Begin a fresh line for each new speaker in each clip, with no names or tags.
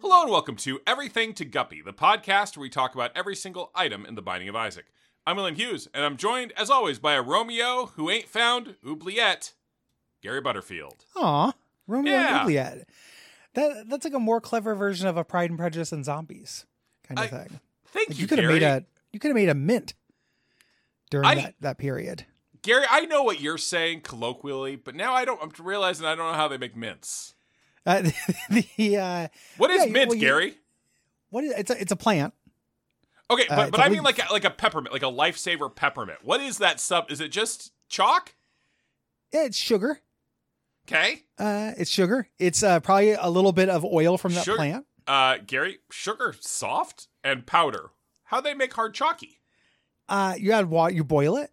Hello and welcome to Everything to Guppy, the podcast where we talk about every single item in The Binding of Isaac. I'm Alan Hughes, and I'm joined, as always, by a Romeo who ain't found oubliette, Gary Butterfield.
Aw, Romeo
Yeah.
and Juliet. That that's like a more clever version of a Pride and Prejudice and Zombies kind of
I-
thing.
Thank
Like
you,
you could have
Gary.
made a you could have made a mint during
I-
that, that period.
Gary, I know what you're saying colloquially, but now I don't. I'm realizing I don't know how they make mints.
Uh, the uh,
What is
Yeah, you-
mint,
well, you-
Gary?
what is it's a, it's a plant.
Okay,
uh,
but,
it's
but
a
I mean like
leaf.
a, like a peppermint, like a lifesaver peppermint. What is that sub? Is it just chalk?
Yeah, It's sugar.
Okay,
Uh, it's sugar. It's uh, probably a little bit of oil from that
Sugar.
plant.
uh, Gary, sugar soft and powder. How they make hard chalky?
Uh, you add water. You boil it.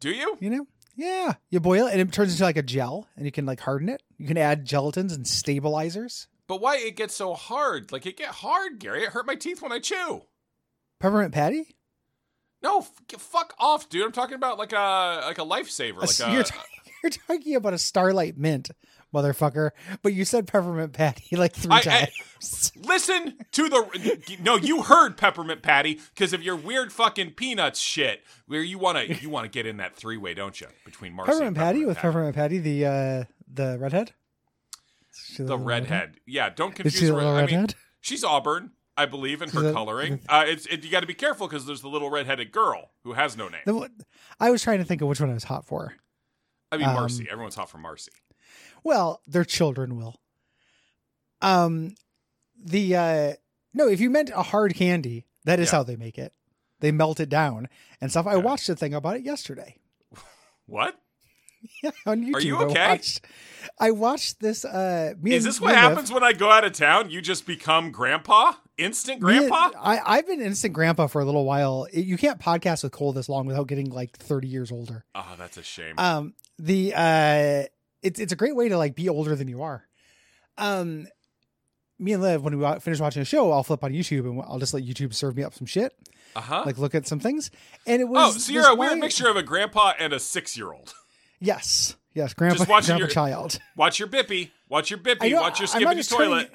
Do you?
You know. Yeah, you boil it and it turns into like a gel, and you can like harden it. You can add gelatins and stabilizers.
But why it gets so hard? Like it get hard, Gary. It hurt my teeth when I chew.
Peppermint patty.
No, f- get- fuck off, dude. I'm talking about like a like a lifesaver,
A s-
like uh, a
you're, talking, you're talking about a Starlight Mint, motherfucker. But you said peppermint patty like three
I- I-
times.
Listen to the no. You heard peppermint patty because of your weird fucking peanuts shit. Where you wanna you wanna get in that three way, don't you? Between Marcy
peppermint
and
patty with peppermint patty, the uh, the redhead. Is she
the
little
redhead. Yeah, don't
Is
confuse
she the
her.
little
I mean,
redhead?
she's Auburn, I believe, in
She's
her
a-
coloring. Uh, it's it, you got to be careful because there's the little redheaded girl who has no name.
The one- I was trying to think of which one I was hot for.
I mean,
um,
Marcy. Everyone's hot for Marcy.
Well, their children will. Um, the uh, no, if you meant a hard candy, that is
Yeah.
how they make it. They melt it down and stuff. I
Okay.
watched a thing about it yesterday.
What?
Yeah, on YouTube.
Are you
I
okay?
watched, I watched this. Uh, me
Is
and-
this
me
what
and Liv-
happens when I go out of town? You just become grandpa? Instant
me and-
grandpa?
I, I've been instant grandpa for a little while. It- you can't podcast with Cole this long without getting like thirty years older.
Oh, that's a shame.
Um, the uh, it's it's a great way to like be older than you are. Um, me and Liv, when we wa- finish watching a show, I'll flip on YouTube and I'll just let YouTube serve me up some shit,
Uh huh.
like look at some things. And it
Oh,
was
so you're
this
a weird
one-
mixture of a grandpa and a six year old.
Yes, yes, grandpa,
watching
grandpa
your-
child.
Watch your bippy. Watch your bippy.
I know-
Watch your
I'm not
skipping the
just turning-
toilet.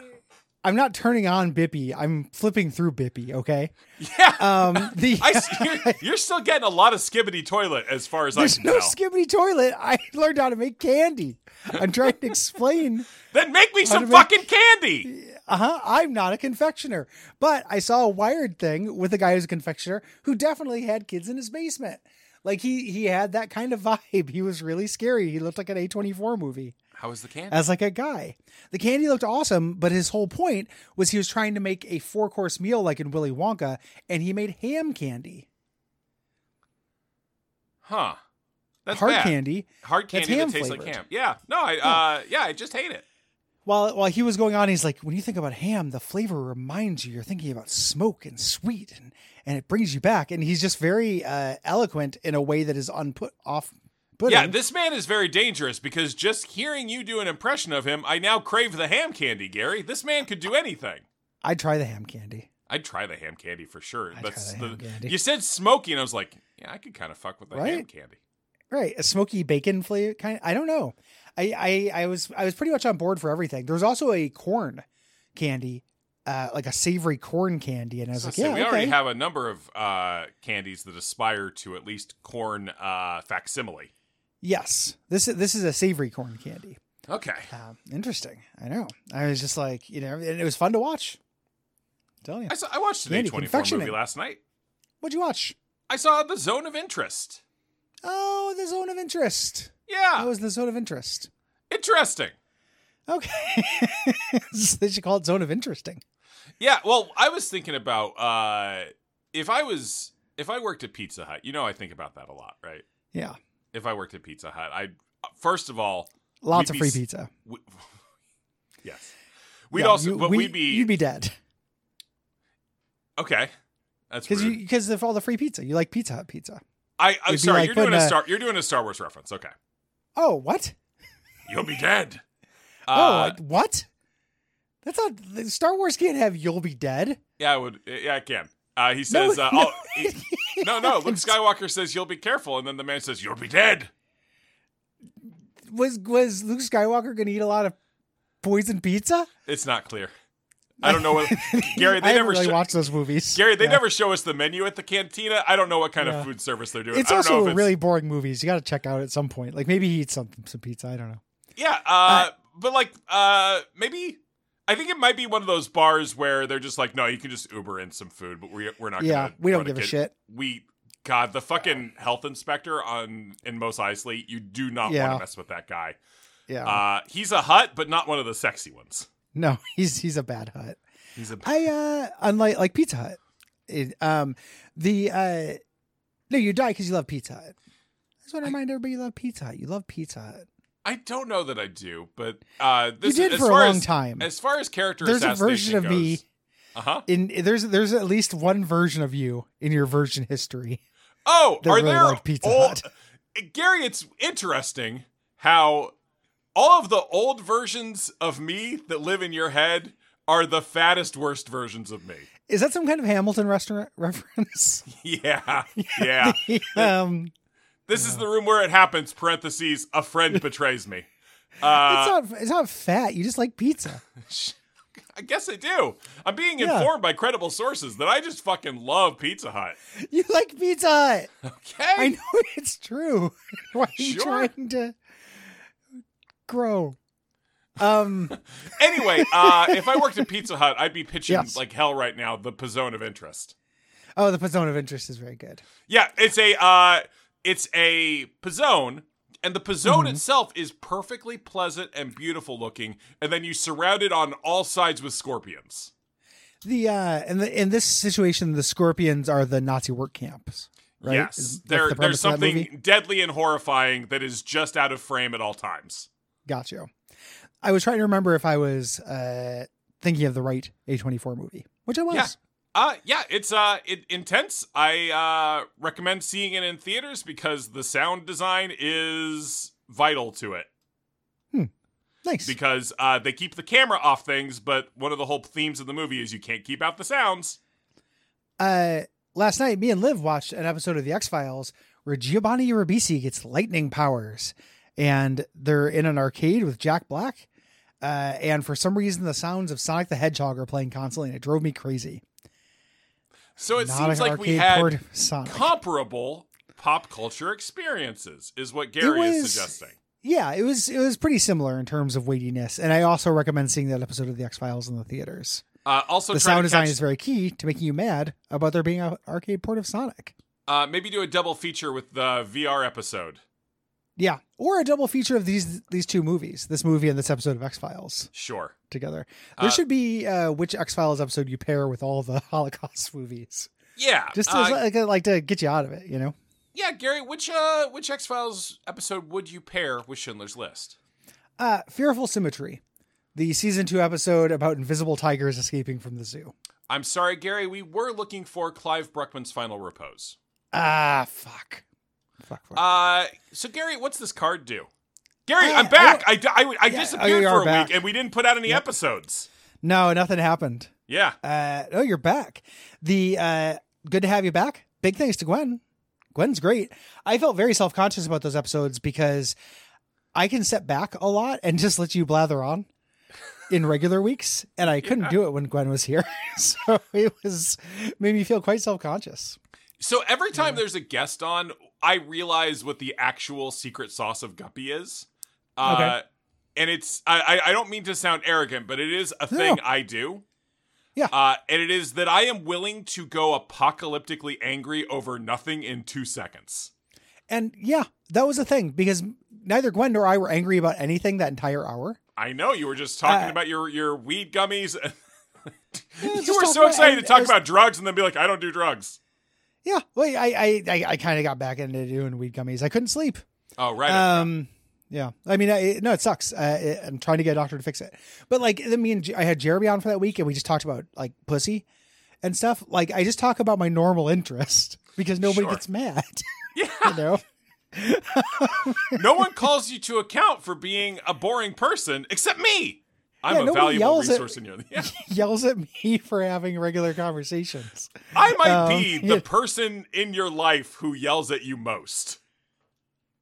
I'm not turning on Bippy. I'm flipping through Bippy. Okay.
Yeah.
Um, the
I s- you're, you're still getting a lot of skibbity toilet as far as I
there's
can
no
tell.
skibbity toilet. I learned how to make candy. I'm trying to explain.
then make me some
to make-
fucking candy.
Uh huh. I'm not a confectioner, but I saw a wired thing with a guy who's a confectioner who definitely had kids in his basement. Like he he had that kind of vibe. He was really scary. He looked like an A24 movie
How is the candy?
as like a guy. The candy looked awesome, but his whole point was he was trying to make a four course meal like in Willy Wonka, and he made ham candy,
Huh. That's
hard
bad.
candy.
Hard
That's
candy that
ham
tastes like
flavored.
ham. Yeah. No, I, uh, yeah, I just hate it.
While while he was going on, he's like, when you think about ham, the flavor reminds you you're thinking about smoke and sweet, and and it brings you back. And he's just very uh, eloquent in a way that is unput off. Putting.
Yeah, this man is very dangerous because just hearing you do an impression of him, I now crave the ham candy, Gary. This man could do anything.
I'd try the ham candy.
I'd try the ham candy for sure.
I'd try the ham candy.
You said smoky, and I was like, yeah, I could kind of fuck with the ham
Right?
candy.
Right, a smoky bacon flavor kind. I don't know. I, I I was I was pretty much on board for everything. There was also a corn candy, uh, like a savory corn candy, and I was
So
like,
say,
yeah,
we
okay.
already have a number of uh, candies that aspire to at least corn uh, facsimile.
yes, this is this is a savory corn candy.
Okay.
Um, interesting. I know. I was just like, you know, and it was fun to watch. I'm telling you.
I, saw, I watched an
Candy
A24 movie
confectioning.
last night.
What'd you watch?
I saw The Zone of Interest.
Oh, the zone of interest. That
Yeah.
was the zone of interest.
Interesting.
Okay. they should call it zone of interesting.
Yeah, well, I was thinking about uh if I was if I worked at Pizza Hut, you know I think about that a lot, right?
Yeah.
If I worked at Pizza Hut, I first of all, We'd
Lots of
be
free
s-
pizza.
we, yes. We'd
Yeah,
also
you-
but
we-
we'd be,
you'd be dead
okay. That's
because
rude.
you because of all the free pizza. You like Pizza Hut pizza.
I I'm
you'd be
sorry,
like
you're doing
putting
a
a-
Star you're doing a Star Wars reference. Okay.
Oh, what?
You'll be dead.
oh,
Uh,
like, what? That's not the- Star Wars can't have "You'll be dead."
yeah, I would yeah, I can. Uh, he
No,
says uh,
no,
oh, he- no, no, Luke Skywalker says you'll be careful and then the man says you'll be dead.
was was Luke Skywalker going to eat a lot of poison pizza?
It's not clear. I don't know what Gary. They never
I haven't really
sho-
watched those movies.
Gary. They
Yeah.
never show us the menu at the cantina. I don't know what kind
Yeah.
of food service they're doing.
It's
I don't know
also
if
a really boring movies. You got to check out at some point. Like maybe he eats something, some pizza. I don't know.
yeah. Uh, but like uh, maybe I think it might be one of those bars where they're just like, no, you can just Uber in some food, but we we're not.
yeah,
gonna
we don't
run
give a
kid-
shit.
We. God, the fucking health inspector on in Mos Eisley, you do not want
Yeah.
to mess with that guy.
Yeah,
Uh, he's a hut, but not one of the sexy ones.
no, he's he's a bad hut.
He's a
I uh, unlike like Pizza Hut, it, um, the uh, no, you die because you love Pizza Hut. I just want to
I-
remind everybody you love Pizza Hut. You love Pizza Hut.
I don't know that I do, but uh,
You
this
did
as
for a
far
long
as,
time.
As far as character
There's a
assassination
version of me
Uh huh.
in there's there's at least one version of you in your version history.
Oh,
They
are
really
there
like Pizza
old Gary? It's interesting how all of the old versions of me that live in your head are the fattest, worst versions of me.
Is that some kind of Hamilton restaurant reference?
Yeah, yeah.
um,
This is
Yeah.
the room where it happens. Parentheses. A friend betrays me.
it's
Uh,
not it's not fat. You just like pizza.
I guess I do. I'm being
Yeah.
informed by credible sources that I just fucking love Pizza Hut.
You like Pizza Hut.
Okay.
I know it's true. Why are you
Sure.
trying to grow? Um,
Anyway, uh, if I worked at Pizza Hut, I'd be pitching
Yes.
like hell right now. The Pizzone of interest.
oh, the zone of interest is very good.
Yeah, it's a uh, it's a Pizzone, and the Pizzone
Mhm.
itself is perfectly pleasant and beautiful looking. And then you surround it on all sides with scorpions.
The uh, and the in this situation, the scorpions are the Nazi work camps. Right?
Yes,
Is- that's
there
the
there's
premise of that movie?
something deadly and horrifying that is just out of frame at all times.
Got you. I was trying to remember if I was uh thinking of the right A24 movie, which I was.
Yeah. Uh yeah, it's uh it, intense. I uh recommend seeing it in theaters because the sound design is vital to it.
Nice.
because uh, they keep the camera off things, but one of the whole themes of the movie is you can't keep out the sounds.
uh, last night, me and Liv watched an episode of The X Files where Giovanni Ribisi gets lightning powers, and they're in an arcade with Jack Black. Uh, and for some reason, the sounds of Sonic the Hedgehog are playing constantly, and it drove me crazy.
So it
Not
seems
an
like we
arcade
had
port of Sonic.
comparable pop culture experiences, is what Gary is
was-
suggesting.
yeah, it was it was pretty similar in terms of weightiness, and I also recommend seeing that episode of The X Files in the theaters.
Uh, also,
the
try to
sound design
catch-
is very key to making you mad about there being an arcade port of Sonic.
uh, maybe do a double feature with the VR episode.
Yeah, or a double feature of these these two movies, this movie and this episode of X Files
Sure.
together. There
Uh,
should be uh, which X Files episode you pair with all the Holocaust movies,
Yeah.
just to,
uh,
like, like to get you out of it, you know.
yeah, Gary. Which uh, which X Files episode would you pair with Schindler's List?
Uh, Fearful Symmetry, the season two episode about invisible tigers escaping from the zoo.
I'm sorry, Gary. We were looking for Clive Bruckman's final repose.
Ah, fuck, fuck, fuck.
Uh, so Gary, what's this card do? Gary,
Uh,
I'm back. I, di- I, I
Yeah, oh,
disappeared
you
for
are
a
back.
week and we didn't put out any
Yep.
episodes.
no, nothing happened.
Yeah.
Uh, oh, you're back. The uh, good to have you back. Big thanks to Gwen. Gwen's great. I felt very self conscious about those episodes because I can step back a lot and just let you blather on in regular weeks, and I couldn't do it when Gwen was here. so it was made me feel quite self conscious.
So every time there's a guest on, I realize what the actual secret sauce of Guppy is. Uh,
Okay.
And it's, I, I I don't mean to sound arrogant, but it is a
No.
thing I do.
Yeah.
Uh, and it is that I am willing to go apocalyptically angry over nothing in two seconds.
And yeah, that was a thing because neither Gwen nor I were angry about anything that entire hour.
I know you were just talking
Uh,
about your, your weed gummies.
just
you were
talk
so
about-
excited to
I-
talk
I was-
about drugs and then be like, I don't do drugs.
Yeah, well, I I I, I kind of got back into doing weed gummies. I couldn't sleep.
Oh, right.
Um, yeah. I mean, I, no, it sucks. Uh, it, I'm trying to get a doctor to fix it. But like, I mean, J- I had Jeremy on for that week, and we just talked about like pussy and stuff. Like, I just talk about my normal interest because nobody
Sure.
gets mad.
yeah.
You know?
no one calls you to account for being a boring person except me. I'm
Yeah,
a
nobody
valuable
yells at-
resource in your. Yeah.
Yells at me for having regular conversations.
I might
Um,
be the person in your life who yells at you most.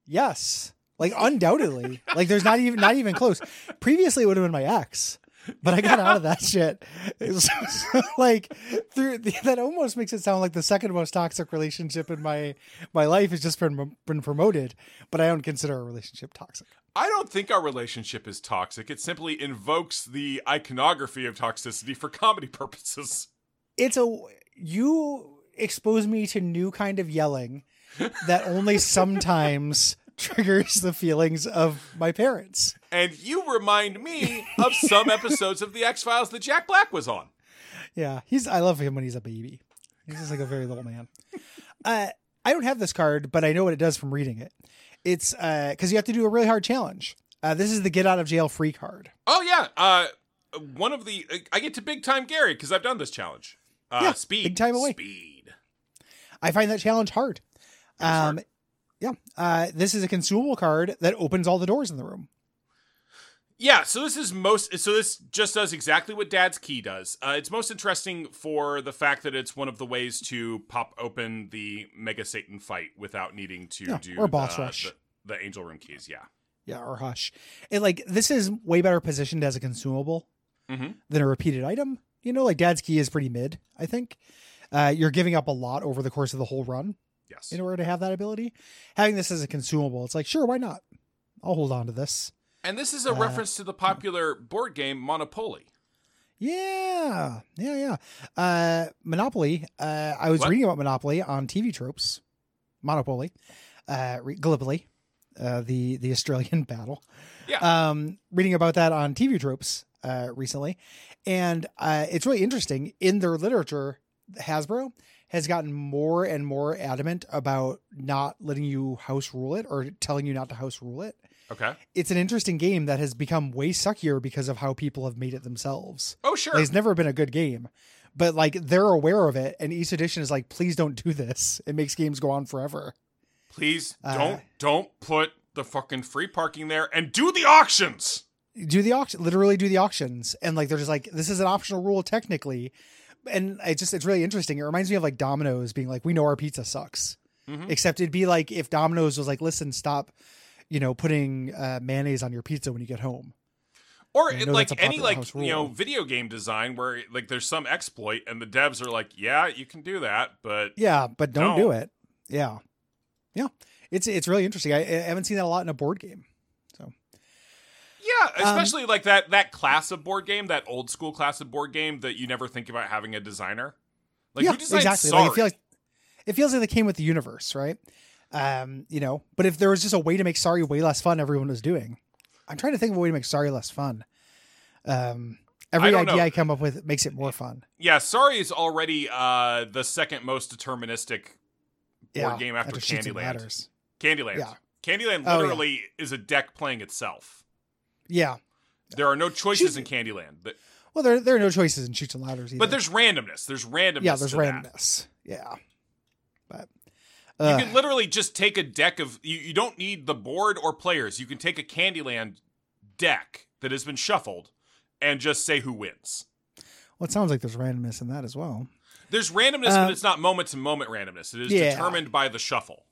Yes, like undoubtedly. like, there's not even not even close. Previously, it would have been my ex. but I got out of that shit. So, so, like through that almost makes it sound like the second most toxic relationship in my my life has just been been promoted, but I don't consider a relationship toxic.
I don't think our relationship is toxic. It simply invokes the iconography of toxicity for comedy purposes.
It's a you expose me to new kind of yelling that only sometimes triggers the feelings of my parents.
And you remind me of some episodes of The X Files that Jack Black was on.
Yeah, he's. I love him when he's a baby. He's just like a very little man. Uh, I don't have this card, but I know what it does from reading it. It's because uh, you have to do a really hard challenge. Uh, this is the get out of jail free card.
Oh yeah, uh, one of the I get to big time Gary because I've done this challenge. Uh,
Yeah,
speed,
big time away.
Speed.
I find that challenge hard.
It is hard.
Um, yeah. Uh, this is a consumable card that opens all the doors in the room.
Yeah, so this is most. So this just does exactly what Dad's key does. Uh, it's most interesting for the fact that it's one of the ways to pop open the Mega Satan fight without needing to
Yeah,
do
or boss
the,
rush.
The, the Angel Room keys. Yeah,
Yeah, or hush. It like this is way better positioned as a consumable
Mhm.
than a repeated item. You know, like Dad's key is pretty mid. I think uh, you're giving up a lot over the course of the whole run
yes.
in order to have that ability. Having this as a consumable, it's like sure, why not? I'll hold on to this.
And this is a
Uh,
reference to the popular board game Monopoly.
Yeah, yeah, yeah. Uh, Monopoly. Uh, I was
What?
reading about Monopoly on TV tropes. Monopoly, uh, re- Gallipoli, uh, the the Australian battle.
Yeah.
Um, reading about that on TV tropes uh, recently, and uh, it's really interesting. In their literature, Hasbro has gotten more and more adamant about not letting you house rule it or telling you not to house rule it.
Okay.
It's an interesting game that has become way suckier because of how people have made it themselves.
Oh sure.
Like, it's never been a good game, but like they're aware of it, and each edition is like, please don't do this. It makes games go on forever.
Please
Uh,
don't don't put the fucking free parking there and do the auctions.
Do the auction, literally do the auctions, and like they're just like, this is an optional rule technically, and it just it's really interesting. It reminds me of like Domino's being like, we know our pizza sucks,
Mhm.
except it'd be like if Domino's was like, listen, stop, you know, putting uh, mayonnaise on your pizza when you get home.
Or
I
it,
know
like
that's a
any
popular
like
house
you know
rule.
video game design where like there's some exploit and the devs are like, yeah, you can do that, but
Yeah, but don't do
Don't.
it. Yeah, yeah, it's it's really interesting. I, I haven't seen that a lot in a board game.
yeah,
Um,
especially like that that class of board game, that old school class of board game that you never think about having a designer. Like who designed Sorry?
Like, it feels it feels like they came with the universe, right? Um, you know, but if there was just a way to make sorry way less fun, everyone was doing. I'm trying to think of a way to make sorry less fun. Um, every
don't
idea
know.
I come up with makes it more fun.
yeah, sorry is already uh the second most deterministic
yeah,
game after
Sheets and
Candyland.
Ladders.
Candyland.
Yeah.
Candyland
Oh, yeah.
literally is a deck playing itself.
Yeah.
There are no choices
She's-
in Candyland. Th-
Well, there there are no choices in shoots and ladders either.
But there's randomness. There's randomness.
yeah, there's
to that.
randomness. Yeah, but
You
uh,
can literally just take a deck of. You, you don't need the board or players. You can take a Candyland deck that has been shuffled and just say who wins.
well, it sounds like there's randomness in that as well.
There's randomness,
Um,
but it's not moment to moment randomness. It is
yeah.
determined by the shuffle.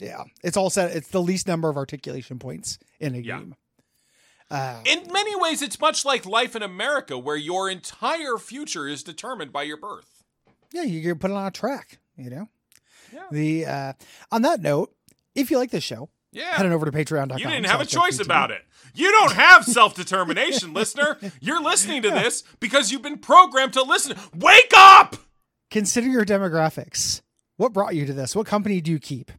Yeah, it's all set. It's the least number of articulation points in a
Yeah.
game. Uh,
In many ways, it's much like life in America, where your entire future is determined by your birth.
yeah, you can put it on a track, you know?
Yeah.
The uh on that note, if you like this show,
Yeah.
head on over to patreon.com.
You didn't have a choice about it. You don't have self determination, listener. You're listening to this because you've been programmed to listen. Wake up!
Consider your demographics. What brought you to this? What company do you keep?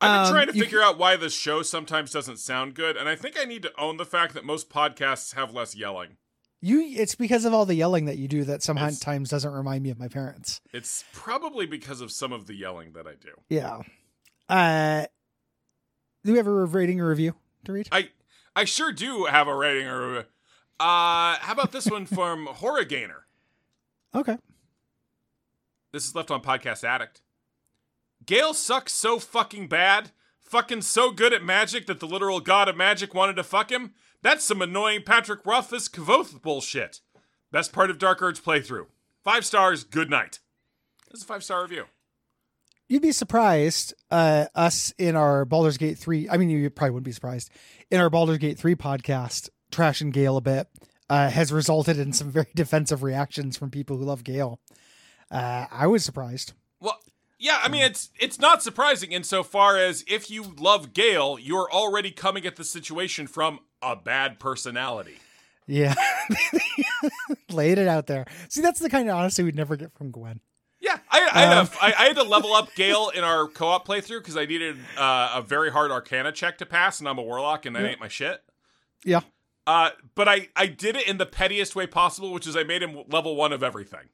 I've been
Um,
trying to
you-
figure out why this show sometimes doesn't sound good, and I think I need to own the fact that most podcasts have less yelling.
You it's because of all the yelling that you do that
It's-
sometimes doesn't remind me of my parents.
It's probably because of some of the yelling that I do.
Yeah. Uh do we have a rating or review to read?
I I sure do have a rating or uh how about this one from Horror Gainer?
Okay.
This is left on Podcast Addict. Gail sucks so fucking bad, fucking so good at magic that the literal god of magic wanted to fuck him. That's some annoying Patrick Rothfuss Kvoth bullshit. Best part of Dark Urge playthrough. Five stars, good night. This is a five star review.
You'd be surprised, uh, us in our Baldur's Gate 3. I mean, you probably wouldn't be surprised in our Baldur's Gate 3 podcast, Trash and Gale a bit. uh, has resulted in some very defensive reactions from people who love Gale. Uh, I was surprised.
Well, yeah, I mean it's it's not surprising insofar as if you love Gale, you're already coming at the situation from a bad personality.
Yeah, laid it out there. See, that's the kind of honesty we'd never get from Gwen.
Yeah, I, I, had, a-
Um.
I- I had to level up Gale in our co-op playthrough because I needed uh, a very hard Arcana check to pass, and I'm a Warlock, and that
Yeah.
ain't my shit.
Yeah,
Uh, but I, I did it in the pettiest way possible, which is I made him level one of everything.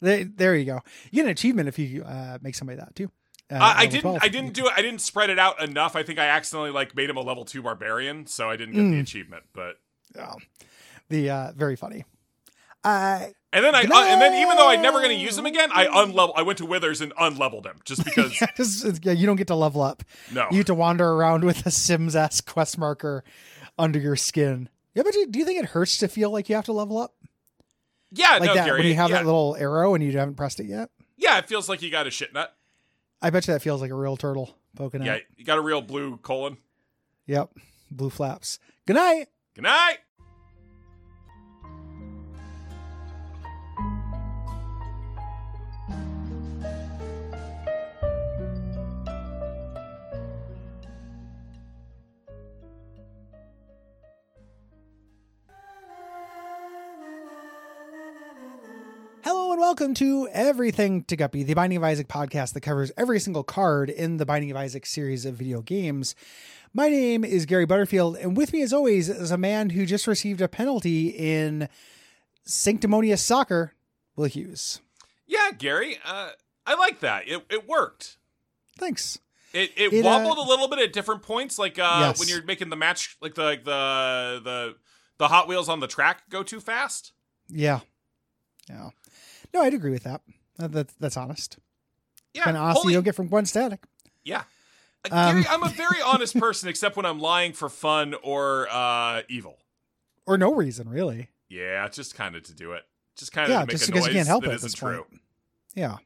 there, there you go. You get an achievement if you uh, make somebody that too. Uh,
I- I
level
didn't
12.
I didn't do it. I didn't spread it out enough. I think I accidentally like made him a level two barbarian, so I didn't get the
Mm.
achievement. But
Oh, the uh, very funny. Uh,
and then I uh, and then even though I'm never going to use him again, I unlevel. I went to Withers and unleveled him just because.
just, yeah, you don't get to level up.
no,
You get to wander around with a Sims esque quest marker under your skin. Yeah, but do do you think it hurts to feel like you have to level up
yeah,
like
Uh, no,
that
Gary,
when you have
yeah,
that little arrow and you haven't pressed it yet?
yeah, it feels like you got a shit nut.
I bet you that feels like a real turtle poking
Yeah,
out.
you got a real blue colon.
Yep, blue flaps. Good night.
Good night.
Hello and welcome to Everything to Guppy, the Binding of Isaac podcast that covers every single card in the Binding of Isaac series of video games. My name is Gary Butterfield, and with me, as always, is a man who just received a penalty in sanctimonious soccer, Will Hughes.
Yeah, Gary, uh, I like that. It it worked.
Thanks.
It it,
It, uh,
wobbled a little bit at different points, like uh,
Yes.
when you're making the match, like the like the the the Hot Wheels on the track go too fast.
Yeah. Yeah. No, I'd agree with that. That- that- that's honest.
Yeah,
Kind of honesty
holy-
you'll get from Gwen Static.
yeah. Uh,
Um,
Gary, I'm a very honest person, except when I'm lying for fun or uh, evil.
Or no reason, really.
Yeah, it's just kind of to do it, just kind of
Yeah,
to make
just
a
because you
noise
can't help
that
it at
isn't
this
true.
Yeah.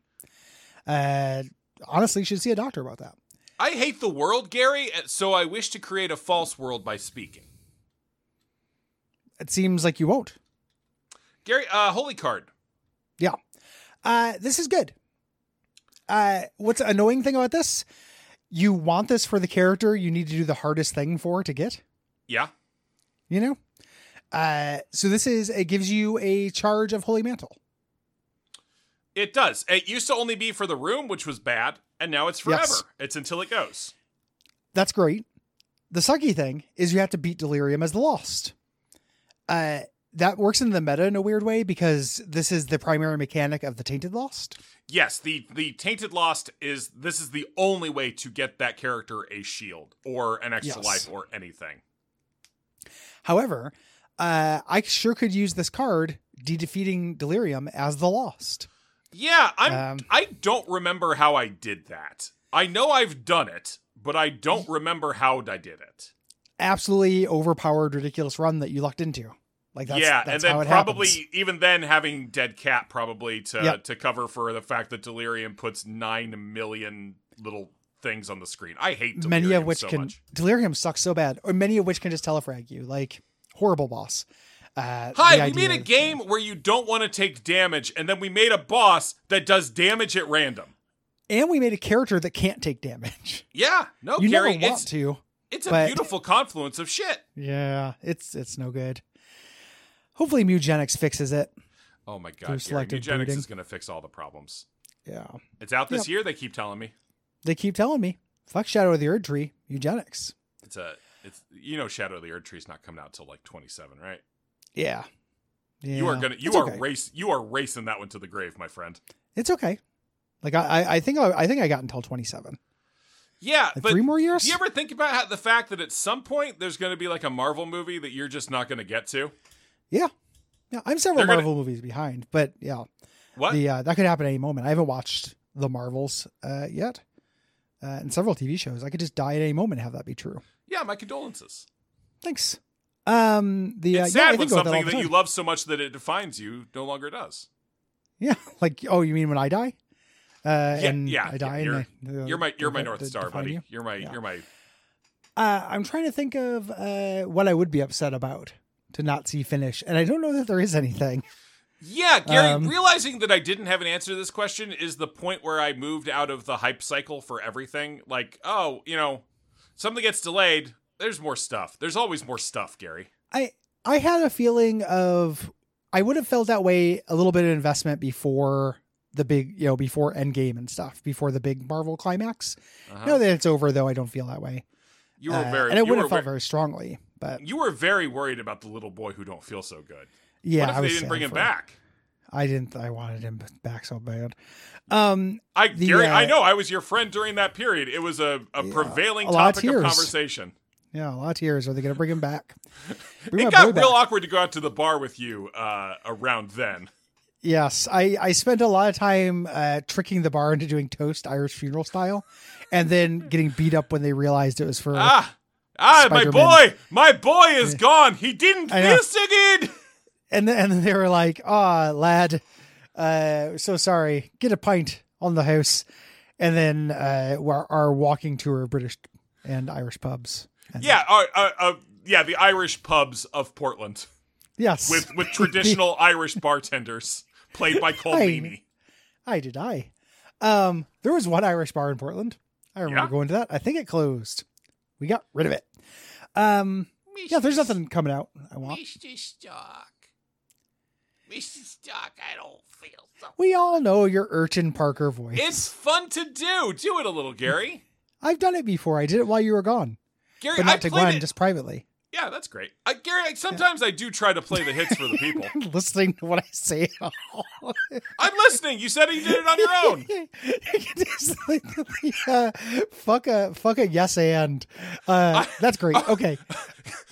Uh, honestly, you should see a doctor about that.
I hate the world, Gary, so I wish to create a false world by speaking.
It seems like you won't.
Gary, uh, holy card.
Uh, this is good. Uh, what's the annoying thing about this? You want this for the character you need to do the hardest thing for to get,
Yeah,
you know? Uh, so this is, it gives you a charge of Holy Mantle.
it does. It used to only be for the room, which was bad, and now it's forever.
Yes.
It's until it goes.
That's great. The sucky thing is you have to beat Delirium as the Lost. Uh, that works in the meta in a weird way because this is the primary mechanic of the Tainted Lost.
Yes, the the tainted lost is this is the only way to get that character a shield or an extra
Yes.
life or anything.
However, uh, I sure could use this card, de defeating Delirium as the Lost.
Yeah, I'm
Um,
I don't remember how I did that. I know I've done it, but I don't remember how I did it.
absolutely overpowered, ridiculous run that you lucked into. Like that's
yeah,
that's
and
how
then
it
probably
happens.
even then having dead cat probably to
Yep.
to cover for the fact that Delirium puts 9 million little things on the screen. I hate Delirium
many of which
so
can
much.
delirium sucks so bad, or many of which can just telefrag you. Like horrible boss. Uh, the
Hi, we
idea
made a
is-
game where you don't want to take damage, and then we made a boss that does damage at random.
and we made a character that can't take damage.
Yeah, no,
you
Oh, Gary,
never want
it's
to.
it's a
but-
beautiful confluence of shit.
Yeah, it's it's no good. Hopefully, Mugenics fixes it.
Oh my god,
Through
Gary,
selective
eugenics
breeding.
is going to fix all the problems.
Yeah,
It's out this year. They keep telling me
they keep telling me, "Fuck Shadow of the Erd Tree, Eugenics."
it's a it's you know Shadow of the Earth Tree's not coming out till like twenty seven, right?
Yeah, yeah.
You are gonna you
It's
are
okay.
race you are racing that one to the grave, my friend.
It's okay. Like I, I- I think I, I think I got until twenty seven.
Yeah,
Like
but
three more years.
do you ever think about how, the fact that at some point there's going to be like a Marvel movie that you're just not going to get to?
Yeah. Yeah, I'm several
They're gonna-
Marvel movies behind, but yeah,
What?
the uh, that could happen any moment. I haven't watched the Marvels uh, yet, uh, and several TV shows. I could just die at any moment and have that be true.
yeah, my condolences.
Thanks. Um, the uh,
it's
yeah,
sad
I think
when
about
something
all the
that you
time.
love so much that it defines you no longer does.
yeah, like oh, you mean when I die? Uh,
Yeah,
and
yeah,
I die.
yeah,
and I- uh,
You're my you're my
that-
North
that
Star,
define
buddy.
you.
You? are my
Yeah.
you're my
Uh, I'm trying to think of uh, what I would be upset about to not see finish. And I don't know that there is anything.
Yeah, Gary,
Um,
realizing that I didn't have an answer to this question is the point where I moved out of the hype cycle for everything. Like, oh, you know, something gets delayed, there's more stuff. There's always more stuff, Gary.
I I had a feeling of I would have felt that way a little bit of investment before the big, you know, before Endgame and stuff, before the big Marvel climax.
Uh-huh.
Now that it's over, though, I don't feel that way.
you were
Uh,
very
and I
you
would
were
have felt
ve-
very strongly, but
you were very worried about the little boy who don't feel so good.
yeah,
what if
I
they
was
didn't bring
sad
him
for-
back?
I didn't. I wanted him back so bad. Um,
I
The,
Gary, I
uh,
know I was your friend during that period. It was a, a
Yeah,
prevailing
a lot of
topic of
tears.
conversation.
yeah, a lot of tears. Are they going to bring him back? Bring
It
my
got
boy
real
back.
awkward to go out to the bar with you uh, around then.
Yes, I I spent a lot of time uh, tricking the bar into doing toast Irish funeral style, and then getting beat up when they realized it was for.
Ah, ah, my
Uh, Spider-Man.
boy, my boy is gone. He didn't
I know.
feel so good.
and then, and then they were like, "Ah, lad, uh, so sorry. Get a pint on the house." And then uh, our, our walking tour of British and Irish pubs. And-
Yeah, uh, uh, uh, yeah, the Irish pubs of Portland
Yes.
with with traditional Irish bartenders played by Cole
Hi.
Meany.
I did I. Um, there was one Irish bar in Portland. I remember
Yeah?
going to that. I think it closed. We got rid of it. Um, yeah, there's nothing coming out. I want.
Mr. Stark, Mr. Stark, I don't feel so.
We all know your urchin Parker voice.
It's fun to do. Do it a little, Gary.
I've done it before. I did it while you were gone,
Gary,
but
I
not to
played
Glenn,
it.
just privately.
Yeah, that's great. Uh, Gary, I, sometimes I do try to play the hits for the people.
Listening to what I say at all.
I'm listening. You said you did it on your own.
It's like the, uh, fuck a fuck a yes and. Uh, that's great. Okay.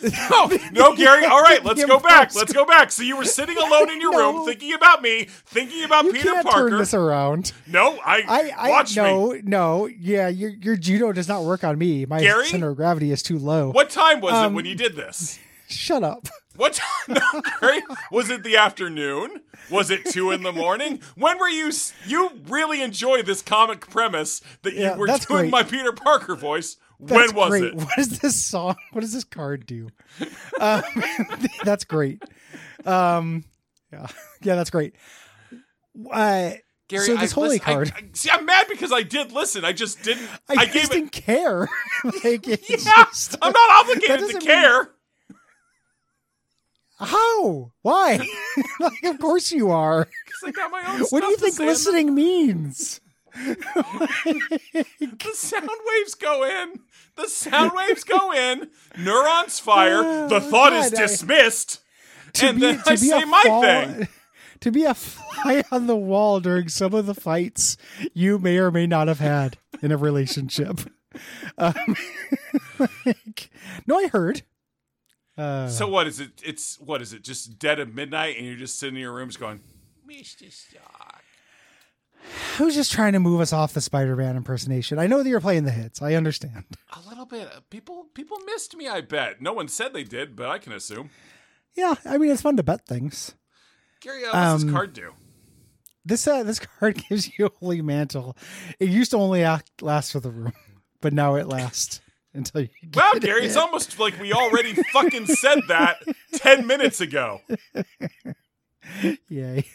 No, no, Gary. All right, let's go back.
Impressed.
Let's go back. So you were sitting alone in your
No.
room, thinking about me, thinking about
You
Peter
can't turn
Parker.
this around.
No, I,
I, I
watch me.
no, no, yeah, your your judo does not work on me. My
Gary?
center of gravity is too low.
What time was it
Um,
when you did this?
Shut up.
What time? No, Gary. Was it the afternoon? Was it two in the morning? When were you? s- You really enjoy this comic premise that
Yeah,
you were doing
that's great.
my Peter Parker voice.
That's
when was
great.
it?
What does this song? What does this card do? Um, that's great. Um, yeah, yeah, that's great. Uh,
Gary,
So this
I
holy
listen- I-
card-
I, see, I'm mad because I did listen. I just didn't.
I,
I,
just
gave it.
didn't care. like, it's
Yeah,
just-
I'm not obligated to
doesn't mean-
care.
how? Why? like, of course you are.
Because I got my own.
What do you
stuff to
think
say in the
listening means?
The sound waves go in. The sound waves go in. Neurons fire. The
Oh,
thought is
God, I-
dismissed. and then I
a
say my
fall-
thing.
To be a fly on the wall during some of the fights you may or may not have had in a relationship. Um, like- no, I heard. Uh,
So what is it? It's what is it? Just dead at midnight, and you're just sitting in your room, just going, Mr. Stark.
I was just trying to move us off the Spider-Man impersonation. I know that you're playing the hits. I understand.
A little bit. uh, People, people missed me. I bet. No one said they did, but I can assume.
Yeah, I mean it's fun to bet things.
Gary, uh, what's this
Um,
card do?
This uh, this card gives you a holy mantle. It used to only act last for the room, but now it lasts until you. Get
Wow,
it.
Gary, it's almost like we already fucking said that ten minutes ago.
Yay.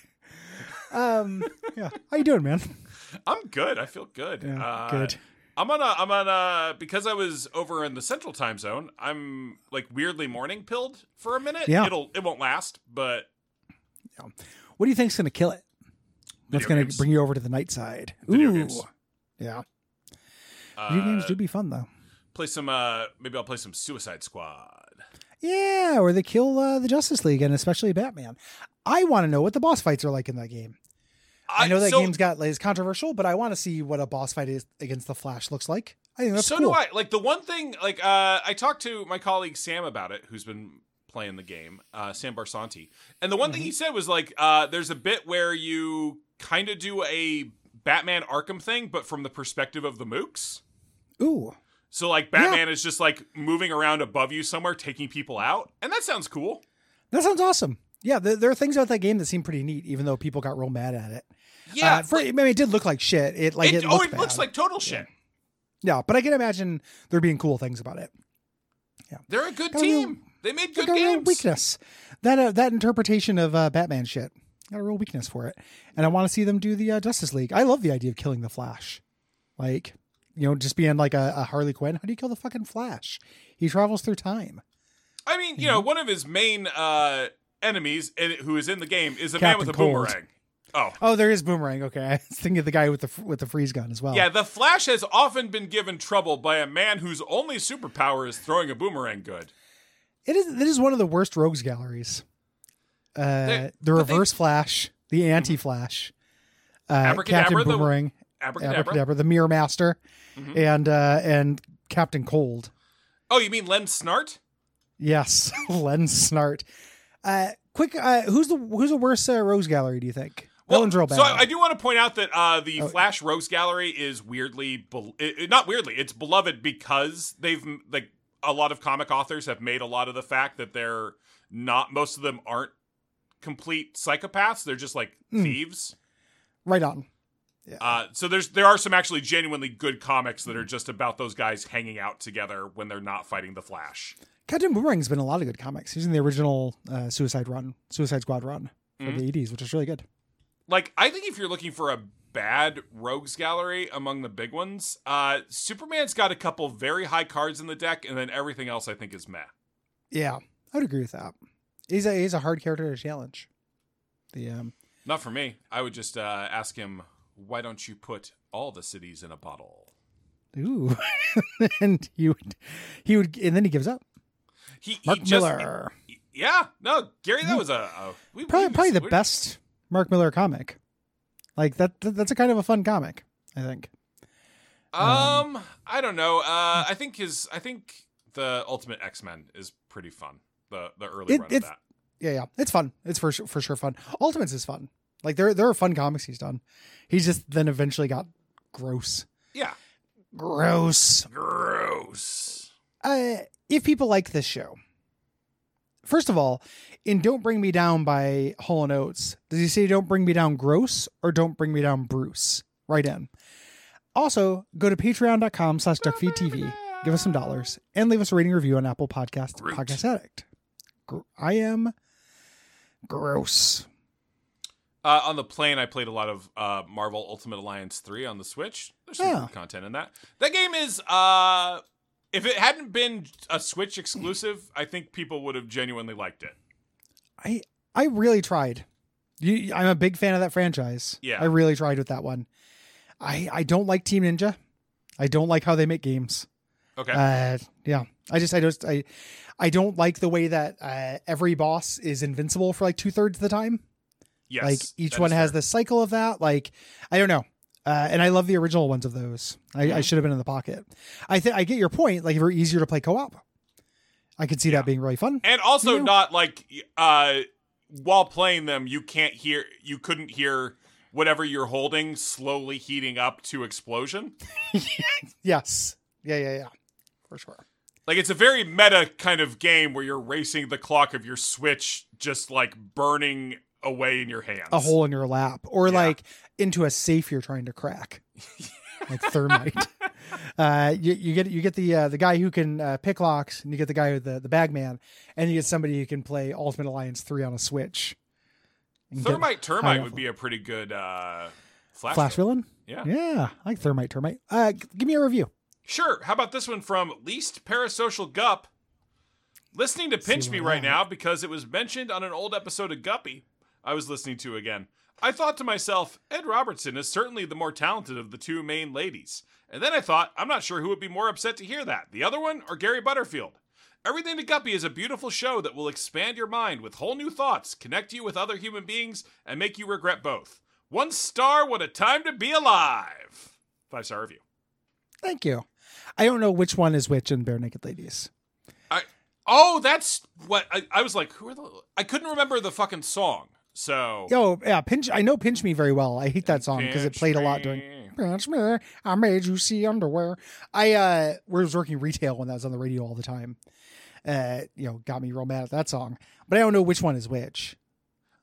Um. Yeah. How you doing, man?
I'm good. I feel good.
Yeah,
Uh,
good.
I'm on a I'm on a because I was over in the central time zone, I'm like weirdly morning pilled for a minute.
Yeah.
It'll it won't last, but
What do you think's gonna kill it? What's
Video
gonna
games.
bring you over to the night side?
Video
Ooh.
games.
Yeah. Video
uh,
games do be fun though.
play some uh maybe I'll play some Suicide Squad.
Yeah, or they kill uh, the Justice League and especially Batman. I want to know what the boss fights are like in that game. I, know that
so,
game's got like, it's controversial, but I want to see what a boss fight is against the Flash looks like. I think that's
so
cool.
do I. Like the one thing like uh I talked to my colleague Sam about it, who's been playing the game, uh Sam Barsanti. And the one thing he
Mm-hmm.
said was like uh there's a bit where you kind of do a Batman Arkham thing, but from the perspective of the mooks.
Ooh.
So like Batman is just like moving around above you somewhere, taking people out, and that sounds cool.
That sounds awesome. Yeah, there, there are things about that game that seem pretty neat, even though people got real mad at it. uh, for, I mean, it did look like shit. It like
it,
it,
oh,
looked
it looks
bad.
like total shit.
yeah, but I can imagine there being cool things about it.
They're a good
Got a
team.
real-
They made
Got
good
a real
games.
weakness. That uh, that interpretation of uh, Batman shit got a real weakness for it, and I want to see them do the uh, Justice League. I love the idea of killing the Flash, like you know, just being like a, a Harley Quinn. How do you kill the fucking Flash? He travels through time.
I mean, you know,
Mm-hmm.
one of his main uh, enemies in, who is in the game is a man
Captain
with a
Cold.
boomerang. Oh.
Oh, there is Boomerang. Okay, I was thinking of the guy with the f- with the freeze gun as well.
Yeah, the Flash has often been given trouble by a man whose only superpower is throwing a boomerang good.
it is. This is one of the worst rogues galleries. Uh,
They-
the
but they-
Reverse Flash, the Anti Flash, uh, Captain
Abracadabra, the-
Boomerang,
Abracadabra.
Abracadabra, the Mirror Master,
Mm-hmm.
and uh, and Captain Cold.
Oh, you mean Len Snart?
Yes, Len Snart. Uh, quick, uh, who's the who's the worst uh, Rose Gallery? Do you think? That one's real bad.
So I, I do want to point out that uh, the Flash Rose Gallery is weirdly, be- it- it- not weirdly, it's beloved because they've m- like a lot of comic authors have made a lot of the fact that they're not. Most of them aren't complete psychopaths. They're just like thieves.
right on.
Uh, so there's there are some actually genuinely good comics that are just about those guys hanging out together when they're not fighting the Flash.
Captain Boomerang's been in a lot of good comics. He's in the original uh, Suicide Run, Suicide Squad run for
Mm-hmm.
the '80s, which is really good.
like I think if you're looking for a bad rogues gallery among the big ones, uh, Superman's got a couple very high cards in the deck, and then everything else I think is meh.
Yeah, I would agree with that. He's a he's a hard character to challenge. The um,
Not for me. I would just uh, ask him, why don't you put all the cities in a bottle?
ooh, and he would he would, and then he gives up.
He,
Mark
he just,
Miller,
yeah, no, Gary, that was a, a we, we
probably
was-
probably the
we-
best Mark Miller comic. Like that, that that's a kind of a fun comic. I think.
Um, I don't know. Uh, I think his, I think the Ultimate X Men is pretty fun. The the early
It-
run of
it's-
that.
yeah, yeah, it's fun. It's for sure, for sure fun. Ultimates is fun. Like there, there are fun comics he's done. He just then eventually got gross,
Yeah,
gross.
gross.
Uh, if people like this show, first of all, in "Don't Bring Me Down" by Hall and Oates, does he say "Don't Bring Me Down, Gross" or "Don't Bring Me Down, Bruce"? Right in. Also, go to patreon.com slash duckfeedtv, give us some dollars, and leave us a rating review on Apple Podcasts,
Groot.
Podcast Addict. Gr- I am gross.
Uh, on the plane, I played a lot of uh, Marvel Ultimate Alliance 3 on the Switch. There's some
Yeah.
good content in that. That game is, uh, if it hadn't been a Switch exclusive, I think people would have genuinely liked it.
I I really tried. You, I'm a big fan of that franchise.
Yeah.
I really tried with that one. I I don't like Team Ninja. I don't like how they make games.
Okay.
Uh, yeah. I just I just I I don't like the way that uh, every boss is invincible for like two thirds of the time.
yes.
like each
that
one
is
has
fair.
the cycle of that. Like I don't know. Uh, and I love the original ones of those. I,
Mm-hmm.
I should have been in the pocket. I think I get your point. Like if it were easier to play co-op, I could see that being really fun.
And also,
you-
not like, uh, while playing them, you can't hear, you couldn't hear whatever you're holding slowly heating up to explosion.
Yes. Yeah. Yeah. Yeah. For sure.
Like, it's a very meta kind of game where you're racing the clock of your Switch just like burning away in your hands.
a hole in your lap or
Yeah.
like into a safe you're trying to crack like thermite uh you, you get you get the uh, the guy who can uh, pick locks and you get the guy with the, the bag man and you get somebody who can play ultimate alliance 3 on a switch And get
Thermite
high
Termite would
off-
be a pretty good uh, flash.
flash
villain.
villain
Yeah.
yeah i like thermite termite uh g- give me a review
Sure. How about this one from Least Parasocial Gup? Listening to Pinch
what
Me
I
right
have.
now because it was mentioned on an old episode of Guppy I was listening to again. I thought to myself, Ed Robertson is certainly the more talented of the two main ladies. And then I thought, I'm not sure who would be more upset to hear that, the other one or Gary Butterfield. Everything to Guppy is a beautiful show that will expand your mind with whole new thoughts, connect you with other human beings, and make you regret both. One star, what a time to be alive! Five star review.
thank you i don't know which one is which in bare naked ladies
I oh, that's what I, I was like. Who are the? I couldn't remember the fucking song. So
oh yeah pinch i know pinch me very well i hate that song because it
Pinch
played a lot
me.
during Pinch me, I made you see underwear. I uh was working retail when that was on the radio all the time. Uh, you know, got me real mad at that song. But I don't know which one is which.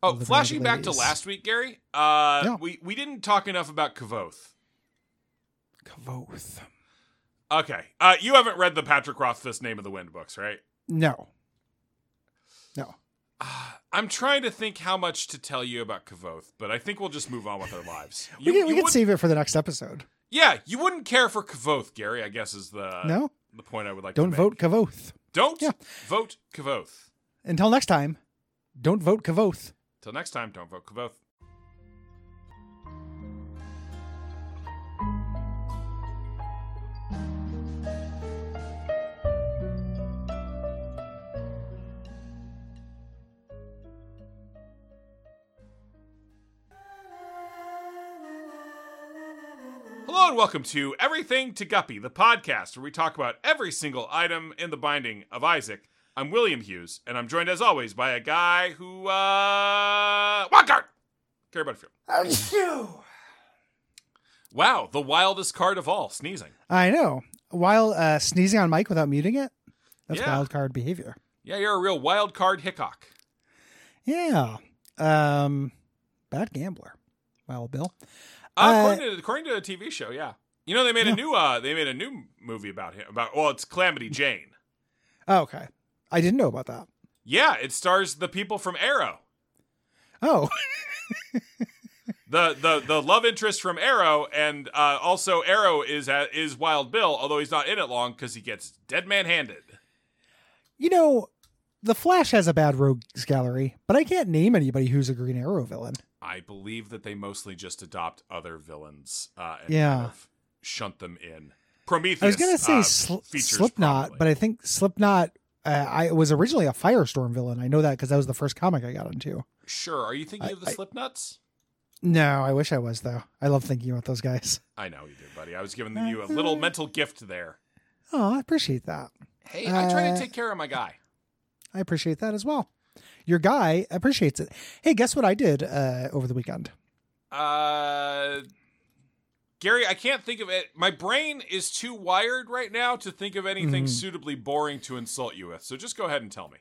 Oh,
Of the
flashing back
Vanity
to
Ladies.
last week, Gary. Uh,
Yeah.
we we didn't talk enough about Kavoth.
Kvoth.
Okay, uh, you haven't read the Patrick Rothfuss Name of the Wind books, right?
No.
I'm trying to think how much to tell you about Kavoth, but I think we'll just move on with our lives.
we can, we can
would-
save it for the next episode.
Yeah, you wouldn't care for Kavoth, Gary. I guess is the
no,
the point I would like. to
don't
make.
vote Kavoth.
Don't
Yeah.
vote Kavoth.
Until next time, don't vote Kavoth.
Till next time, don't vote Kavoth. Hello and welcome to Everything to Guppy, the podcast where we talk about every single item in the binding of Isaac. I'm William Hughes, and I'm joined as always by a guy who uh Wildcard! Gary Butterfield. Wow, the wildest card of all, sneezing.
I know. While uh, sneezing on mic without muting it, that's
Yeah.
wild card behavior.
Yeah, you're a real wild card hickok.
Yeah. Um, bad gambler. Wow, Bill.
Uh,
Uh,
according, to, according to a TV show, yeah. You know they made
Yeah.
a new uh they made a new movie about him about well it's Calamity Jane.
Oh, okay. I didn't know about that.
Yeah, it stars the people from Arrow.
Oh,
the the the love interest from Arrow, and uh, also Arrow is uh, is Wild Bill, although he's not in it long because he gets dead man handed.
you know, The Flash has a bad rogues gallery, but I can't name anybody who's a Green Arrow villain.
I believe that they mostly just adopt other villains, uh, and
Yeah.
kind of shunt them in. Prometheus.
I was gonna say
uh,
Sl-
features
Slipknot,
prominently.
but I think Slipknot. Uh, I was originally a Firestorm villain. I know that because that was the first comic I got into.
sure. Are you thinking
I-
of the
I-
Slipknots?
No, I wish I was though. I love thinking about those guys.
I know you do, buddy. I was giving you a little mental gift there.
Oh, I appreciate that.
Hey, I try
Uh,
to take care of my guy.
I appreciate that as well. Your guy appreciates it. Hey, guess what I did uh, over the weekend?
Uh, Gary, I can't think of it. My brain is too wired right now to think of anything
Mhm.
suitably boring to insult you with. So just go ahead and tell me.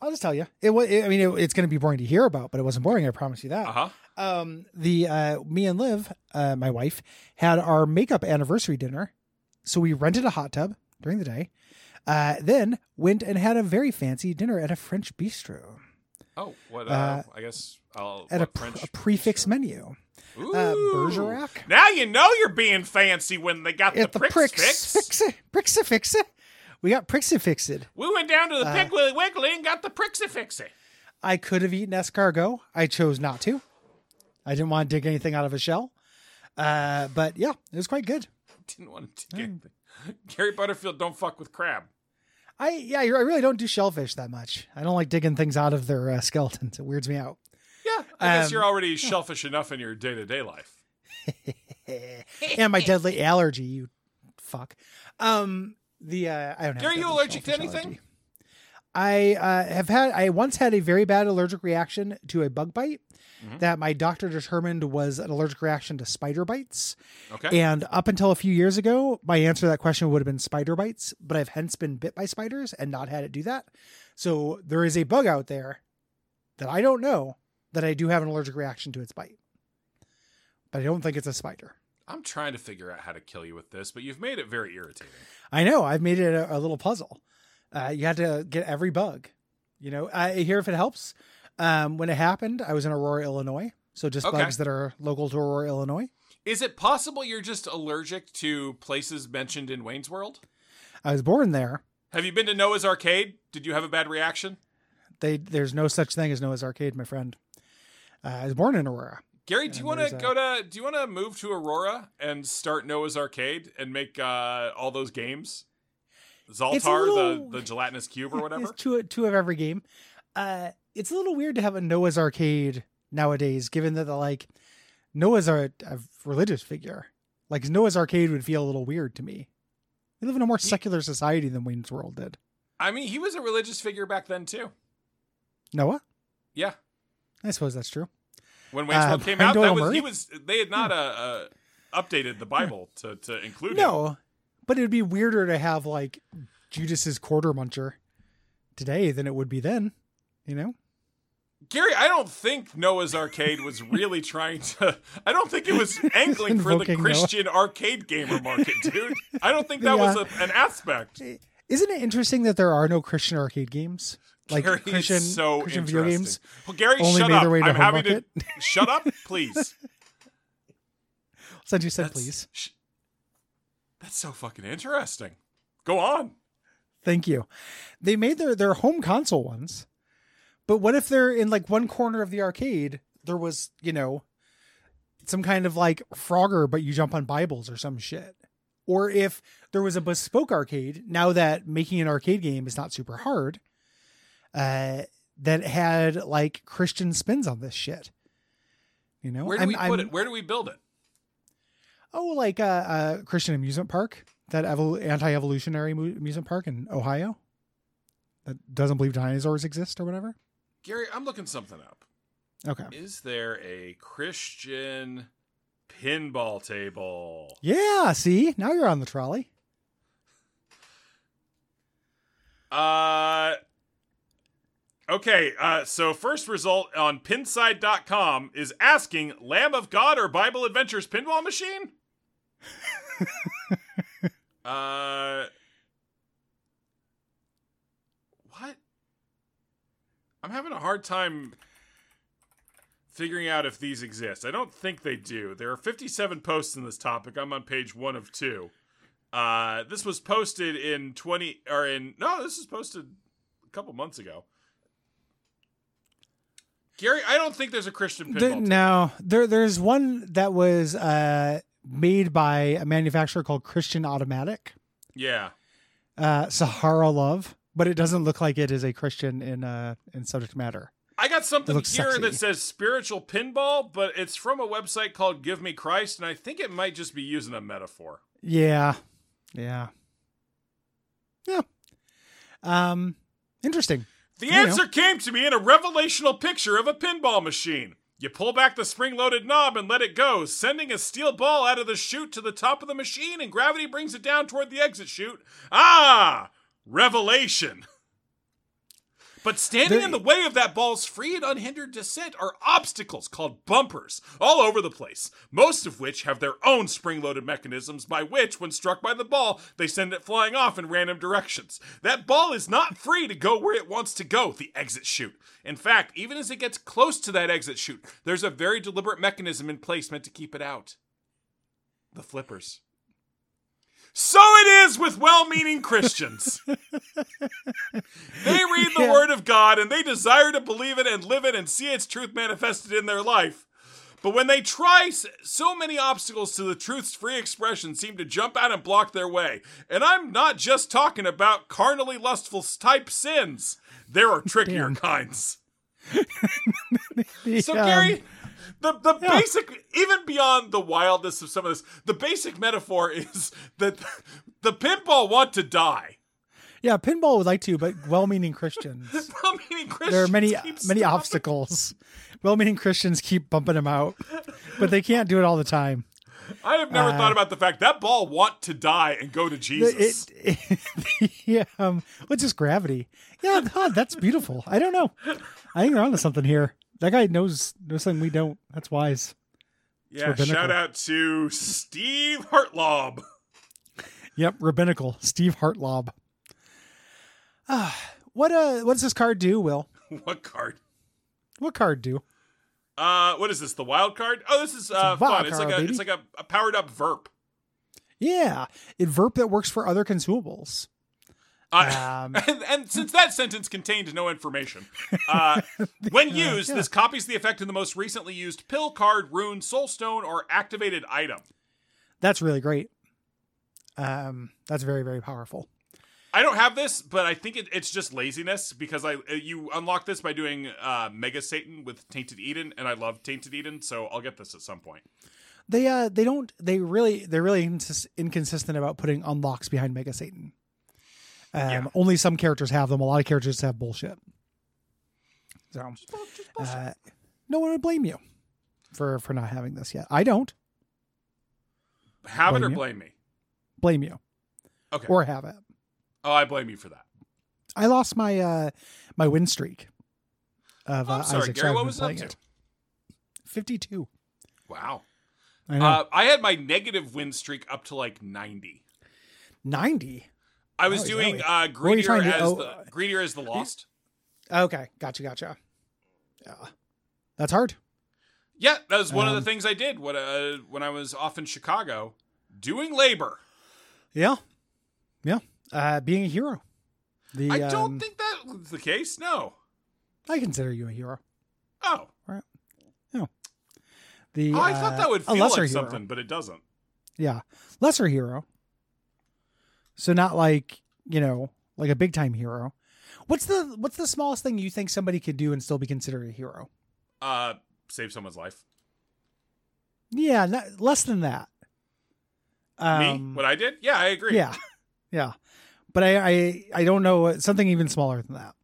I'll just tell you. It was. I mean, it, it's going to be boring to hear about, but it wasn't boring. I promise you
Uh
that.
huh.
Um, the uh, me and Liv, uh, my wife, had our makeup anniversary dinner, so we rented a hot tub during the day. Uh, then went and had a very fancy dinner at a French bistro
Oh, what? Uh,
Uh,
I guess I'll
at
what
a, pr- a prefix menu.
Ooh.
Uh, Bergerac.
Now you know you're being fancy when they got
At
the,
the
pricks
Prix
fix.
Fix. Prixie Fix. We got Prixie Fixed.
We went down to the
Uh,
Piggly Wiggly and got the prixie fixie.
I could have eaten escargot. I chose not to. I didn't want to dig anything out of a shell. Uh, but yeah, it was quite good.
Didn't want to
Mm.
get Gary Butterfield. Don't fuck with crab.
I yeah, you're- I really don't do shellfish that much. I don't like digging things out of their uh, skeletons. It weirds me out.
Yeah, I guess
Um,
you're already shellfish enough in your day to day life.
and my deadly allergy, you fuck. Um, the uh, I don't know.
Gary, you allergic to anything?
I uh, have had. I once had a very bad allergic reaction to a bug bite
Mhm.
that my doctor determined was an allergic reaction to spider bites.
Okay.
And up until a few years ago, my answer to that question would have been spider bites, but I've hence been bit by spiders and not had it do that. So there is a bug out there that I don't know that I do have an allergic reaction to its bite. But I don't think it's a spider.
I'm trying to figure out how to kill you with this, but you've made it very irritating.
I know, I've made it a, a little puzzle. Uh, you had to get every bug. You know, I here if it helps. Um, when it happened, I was in Aurora, Illinois. So just
Okay.
bugs that are local to Aurora, Illinois.
Is it possible you're just allergic to places mentioned in Wayne's World?
I was born there.
Have you been to Noah's Arcade? Did you have a bad reaction?
They there's no such thing as Noah's Arcade, my friend. Uh, I was born in Aurora.
Gary, do
Yeah,
you want
there's
to
a-
go to? Do you want to move to Aurora and start Noah's Arcade and make uh, all those games?
It's a
Zoltar,
little-
the the gelatinous cube or
It's
whatever.
two two of every game. Uh, it's a little weird to have a Noah's Arcade nowadays, given that the like Noah's a, a religious figure. Like Noah's Arcade would feel a little weird to me. We live in a more secular society than Wayne's World did.
I mean, he was a religious figure back then too.
Noah,
Yeah,
I suppose that's true.
when Wayne's
Uh,
World came
Brian
out, that
Doyle
was
Murray?
he was. They had not uh, uh, updated the Bible to to include him.
No, but it would be weirder to have like Judas's quarter muncher today than it would be then. You know,
Gary, I don't think Noah's Arcade was really trying to. I don't think it was angling for the
Invoking Noah.
Christian arcade gamer market, dude. I don't think that was a, an aspect.
isn't it interesting that there are no Christian arcade games? like
Gary
Christian,
is so
Christian video
interesting.
games.
Well, Gary,
Only
shut
made
up.
their way to
I'm
Home
having
Bucket.
to shut up, please.
Since you said
That's-
please,
sh- that's so fucking interesting. Go on.
thank you. They made their their home console ones, but what if they're in like one corner of the arcade? There was you know some kind of like Frogger, but you jump on Bibles or some shit. Or if there was a bespoke arcade, now that making an arcade game is not super hard, uh, that had like Christian spins on this shit. You know,
Where do
I'm-
we put
I'm-
it? Where do we build it?
Oh, like a uh, uh, Christian amusement park, that evol- anti-evolutionary mu- amusement park in Ohio that doesn't believe dinosaurs exist or whatever.
Gary, I'm looking something up.
Okay.
Is there a Christian pinball table?
Yeah. See, now you're on the trolley.
Uh Okay, uh, so first result on pinside.com is asking Lamb of God or Bible Adventures pinball machine? uh What? I'm having a hard time figuring out if these exist. I don't think they do. There are 57 posts in this topic. I'm on page 1 of 2. Uh, this was posted in 20 or in no, this was posted a couple months ago. Gary, I don't think there's a Christian pinball.
There-
team.
now there there's one that was uh, made by a manufacturer called Christian Automatic,
Yeah.
uh, Sahara Love, but it doesn't look like it is a Christian in uh, in subject matter.
I got something
It
here
looks
that
sexy.
says spiritual pinball, but it's from a website called Give Me Christ, and I think it might just be using a metaphor.
Yeah. Yeah. Yeah. Um interesting.
The
You know.
answer came to me in a revelational picture of a pinball machine. You pull back the spring loaded knob and let it go, sending a steel ball out of the chute to the top of the machine, and gravity brings it down toward the exit chute. Ah! Revelation! But standing
There-
in the way of that ball's free and unhindered descent are obstacles called bumpers all over the place, most of which have their own spring loaded mechanisms by which, when struck by the ball, they send it flying off in random directions. That ball is not free to go where it wants to go, the exit chute. In fact, even as it gets close to that exit chute, there's a very deliberate mechanism in place meant to keep it out the flippers. So it is with well meaning Christians. They read the
Yeah.
word of God and they desire to believe it and live it and see its truth manifested in their life. But when they try, s- so many obstacles to the truth's free expression seem to jump out and block their way. And I'm not just talking about carnally lustful s- type sins, there are trickier
Damn.
kinds.
The,
So
um,
Gary, the the
yeah.
basic, even beyond the wildness of some of this, the basic metaphor is that the pinball want to die.
Yeah, pinball would like to, but well meaning Christians.
Well, meaning Christians
There are many
keep
many
stopping-
obstacles. Well meaning Christians keep bumping them out. But they can't do it all the time.
I have never
Uh,
thought about the fact that ball want to die and go to Jesus.
It, it, yeah, um, what's just gravity? Yeah, God, that's beautiful. I don't know. I think they're onto something here. That guy knows knows something we don't. That's wise.
yeah,
rabbinical.
shout out to Steve Hartlob.
Yep, rabbinical. Steve Hartlob. Ah, what uh what does this card do, Will?
what card?
What card do?
Uh, what is this? The wild card? Oh, this is uh, fun.
wild
it's
card,
like a
baby.
it's like a, a powered up verp.
Yeah. It verb that works for other consumables.
Uh,
Um,
and, and since that sentence contained no information, uh, when used,
yeah.
this copies the effect of the most recently used pill card, rune, soulstone, or activated item.
That's really great. Um, that's very, very powerful.
I don't have this, but I think it, it's just laziness because I uh, you unlock this by doing uh, Mega Satan with Tainted Eden, and I love Tainted Eden, so I'll get this at some point.
They uh they don't they really they're really insis- inconsistent about putting unlocks behind Mega Satan. Um,
Yeah.
only some characters have them. A lot of characters have bullshit. So uh, no one would blame you for for not having this yet. I don't
Uh, have it
blame
or
you.
blame me.
blame you
Okay.
or have it.
oh, I blame you for that.
I lost my uh my win streak of uh,
I'm sorry,
Isaac, so I
Gary.
haven't
What
been
was it up
playing
to?
it. Fifty two.
Wow.
I know
Uh, I had my negative win streak up to like ninety.
ninety.
I was
Oh,
doing
yowie.
uh,
Oh, What were you
greedier
trying to-
as
oh,
the
uh,
greedier as the lost.
Okay, gotcha, gotcha. Yeah. That's hard.
Yeah, that was one of
Um,
the things I did when, uh, when I was off in Chicago doing labor.
Yeah. Yeah. Uh, being a hero. The,
I don't
um,
think that was the case. No.
I consider you a hero.
Oh,
The
I thought
uh,
that would
a
feel like
lesser hero.
something, but it doesn't.
Yeah. Lesser hero. So not like, you know, like a big time hero. What's the what's the smallest thing you think somebody could do and still be considered a hero?
Uh, save someone's life.
Yeah, not, less than that. Um,
Me, what I did? Yeah, I agree.
yeah. Yeah. But I, I I don't know what- something even smaller than that.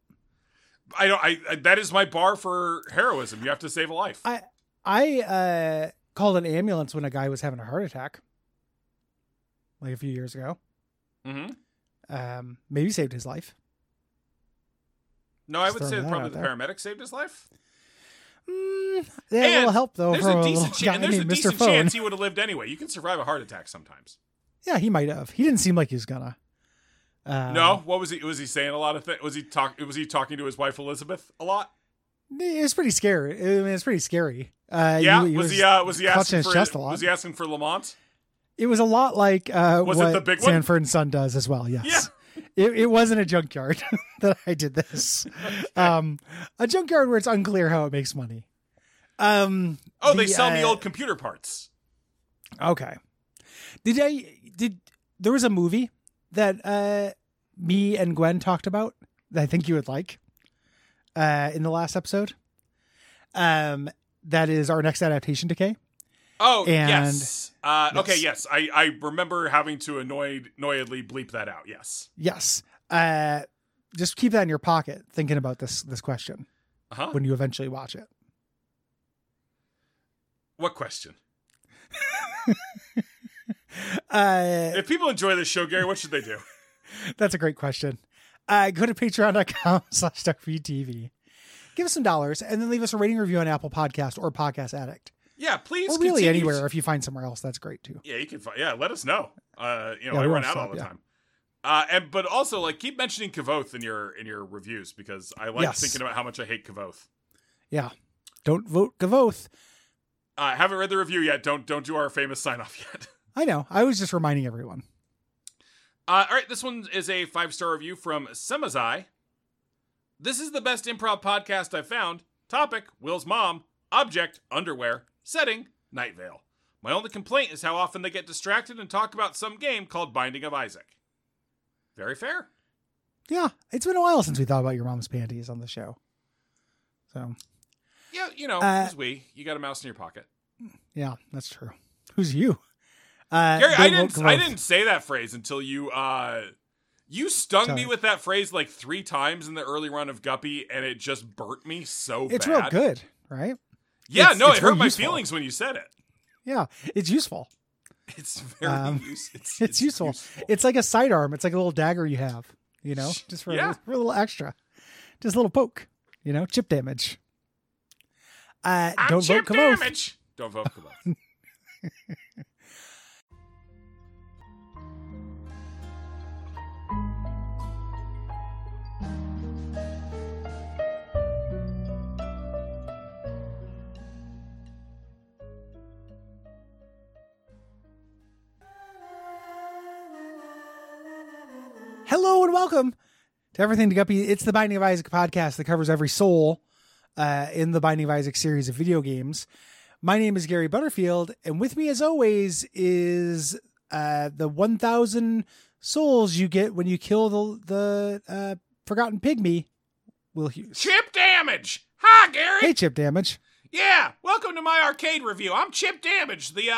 I don't. I, I that is my bar for heroism. You have to save a life.
I- I uh called an ambulance when a guy was having a heart attack. Like a few years ago.
hmm
Um maybe saved his life.
No, I
Just
would say
throwing that
probably
out
the
there.
paramedic saved his life.
Mm, they had a little
And
help though
There's
from
a
Oh, a, little
decent
guy
chance. There's a
named Mr.
decent
Phone.
chance he would have lived anyway. You can survive a heart attack sometimes.
Yeah, he might have. He didn't seem like he was gonna. Um,
no, what was he? Was he saying a lot of things? Was he talk? Was he talking to his wife Elizabeth a lot?
it was pretty scary. I mean, it's pretty scary. Uh,
yeah.
you- you
was, he? Uh, was he
clutching
asking
his
for?
chest a lot.
Was he asking for Lamont?
It was a lot like uh,
Was it
what
the big one?
Sanford and Son does as well. Yes. It, it wasn't a junkyard that I did this. Um, a junkyard where it's unclear how it makes money. Um,
Oh,
the,
they sell me
uh,
old computer parts.
Okay. Did I did there was a movie that uh me and Gwen talked about that I think you would like uh in the last episode. Um that is our next adaptation decay.
Oh
and-
yes. Uh, Okay. Yes,
Yes.
I, I remember having to annoyed annoyedly bleep that out. Yes.
Yes. Uh just keep that in your pocket thinking about this this question
Uh huh.
when you eventually watch it.
What question?
Uh
If people enjoy this show, Gary, what should they do?
That's a great question. Uh, go to patreon.com slash duckfeedtv. Give us some dollars and then leave us a rating review on Apple Podcast or Podcast Addict.
Yeah, please.
or really
continue.
anywhere if you find somewhere else, that's great too.
Yeah, you can. Find, yeah, let us know. Uh, you know,
Yeah,
I
we
run
won't
out
stop,
all the
yeah.
time. Uh, and but also like keep mentioning Kavoth in your in your reviews because I like
Yes.
thinking about how much I hate Kavoth.
Don't vote Gavoth.
Uh, I haven't read the review yet. Don't don't do our famous sign off yet.
I know. I was just reminding everyone.
Uh, all right, this one is a five star review from Semazai. This is the best improv podcast I've found. Topic Will's mom. Object underwear. Setting Night Vale. My only complaint is how often they get distracted and talk about some game called Binding of Isaac. Very fair.
Yeah, it's been a while since we thought about your mom's panties on the show. So
Yeah, you know,
Uh,
as we, you got a mouse in your pocket.
yeah, that's true. Who's you? Uh,
Gary, I
don't vote
didn't, I
Gavoth.
didn't say that phrase until you, uh, you stung
Sorry.
me with that phrase like three times in the early run of Guppy, and it just burnt me so
It's
bad.
real good, right?
Yeah,
It's-
no,
it's
it hurt
real
my
useful.
feelings when you said it.
Yeah, it's useful.
It's very
Um,
useful. It's,
it's useful. It's like a sidearm. It's like a little dagger you have, you know, just for, a,
Yeah.
little- for a little extra, just a little poke, you know, chip damage. Uh,
I'm
don't vote
Ah, chip
Kavoth.
damage. Don't vote Kavoth.
Hello and welcome to Everything to Guppy. It's the Binding of Isaac podcast that covers every soul uh, in the Binding of Isaac series of video games. My name is Gary Butterfield, and with me, as always, is uh, the 1,000 souls you get when you kill the, the uh, Forgotten Pygmy, Will Hughes.
chip damage. Hi, Gary.
Hey, Chip Damage.
Yeah, welcome to my arcade review. I'm Chip Damage. The uh,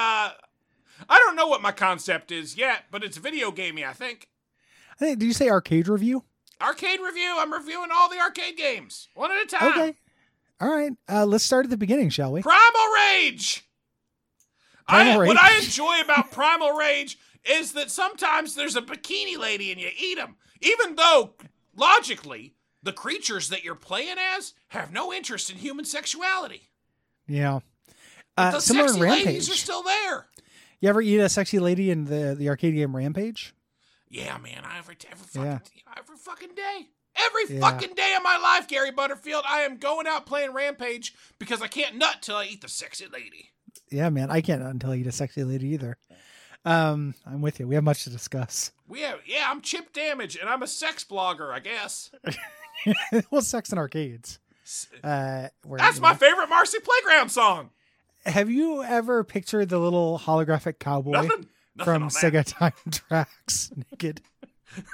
I don't know what my concept is yet, but it's video gamey. I think
I think, did you say arcade review?
arcade review. I'm reviewing all the arcade games one at a time.
Okay. All right. Uh, let's start at the beginning, shall we?
Primal Rage. I,
Primal
What I
Rage.
enjoy about Primal Rage is that sometimes there's a bikini lady and you eat them, even though logically the creatures that you're playing as have no interest in human sexuality.
Yeah. Uh,
the
similar in
sexy
Rampage.
ladies are still there.
you ever eat a sexy lady in the, the arcade game Rampage?
Yeah, man, I every every fucking
Yeah.
every fucking day. Every
Yeah.
fucking day of my life, Gary Butterfield, I am going out playing Rampage because I can't nut till I eat the sexy lady.
Yeah, man, I can't until you a sexy lady either. Um, I'm with you. We have much to discuss.
We have, yeah, I'm chip damage and I'm a sex blogger, I guess.
well, sex in arcades.
S-
Uh, where,
That's
you
my
know-
favorite Marcy Playground song.
have you ever pictured the little holographic cowboy
Nothing, nothing
from
on that.
Sega Time Tracks naked?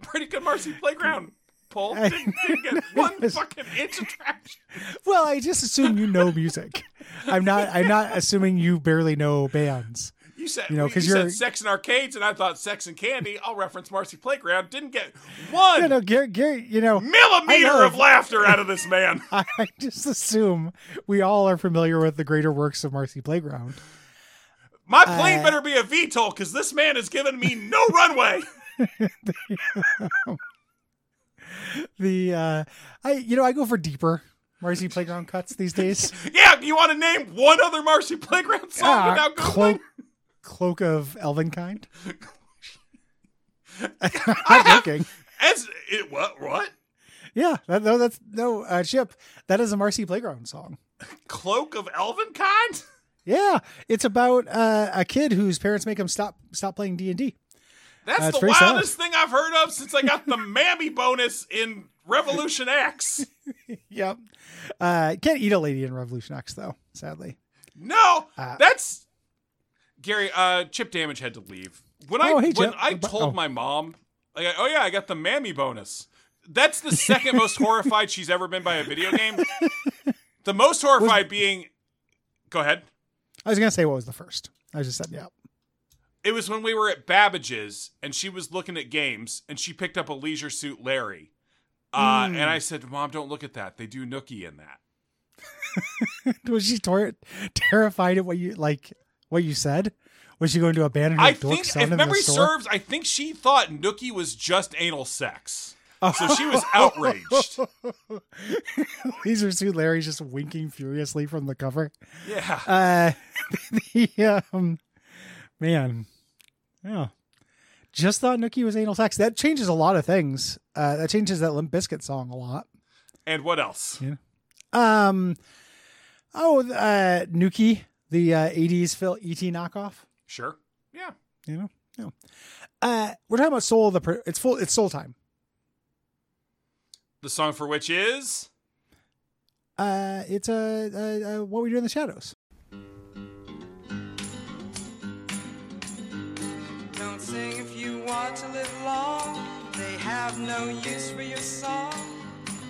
Pretty good Marcy Playground poll.
I-
Didn't, didn't get one
Yes.
fucking inch of traction.
Well, I just assume you know music. I'm not. I'm not assuming you barely know bands.
You said
You
you
know,
know
'cause
because you
you're-
said sex and arcades, and I thought sex and candy. I'll reference Marcy Playground. Didn't get one
No, no, Gary. Gary you know,
millimeter
I know.
of laughter out of this man.
I just assume we all are familiar with the greater works of Marcy Playground.
My plane
Uh,
better be a VTOL because this man has given me no runway.
The uh, I, you know, I go for deeper Marcy Playground cuts these days.
Yeah, you want to name one other Marcy Playground song
Ah,
without Googling?
cloak, cloak of Elvenkind.
I
I'm
have-
joking.
As it what what
Yeah, that, no, that's no uh, Chip. That is a Marcy Playground song.
cloak of Elvenkind?
Yeah, it's about uh, a kid whose parents make him stop stop playing D and D.
That's
That's
the
pretty solid.
wildest thing I've heard of since I got the mammy bonus in Revolution X.
Yep. Uh, can't eat a lady in Revolution X though, sadly.
No,
Uh,
that's Gary. Uh, Chip Damage had to leave when
Oh,
I
hey,
when
Chip.
I
Bu-
told
oh.
my mom, like, oh yeah, I got the mammy bonus. That's the second most horrified she's ever been by a video game. The most horrified being, go ahead.
I was gonna say what was the first. I was just setting you up.
It was when we were at Babbage's and she was looking at games and she picked up a Leisure Suit Larry, uh,
Mm.
and I said, "Mom, don't look at that. They do nookie in that."
Was she tor- terrified at what you like? What you said? Was she going to abandon her
I
dork
think,
son
if
in the
memory
store?
serves, I think she thought nookie was just anal sex.
Oh.
So she was outraged.
Laser suit Larry's just winking furiously from the cover.
Yeah.
Uh, the um, man, yeah. Just thought Nookie was anal sex. That changes a lot of things. Uh, that changes that Limp Biscuit song a lot.
And what else?
Um, oh, uh, Nookie, the uh, '80s Phil ET knockoff.
Sure. Yeah.
You know, no. Uh, we're talking about Soul of the. Pro- it's full. It's Soul time.
The song for which is
Uh, it's uh, uh, uh, what we do in the shadows.
Don't sing if you want to live long. They have no use for your song.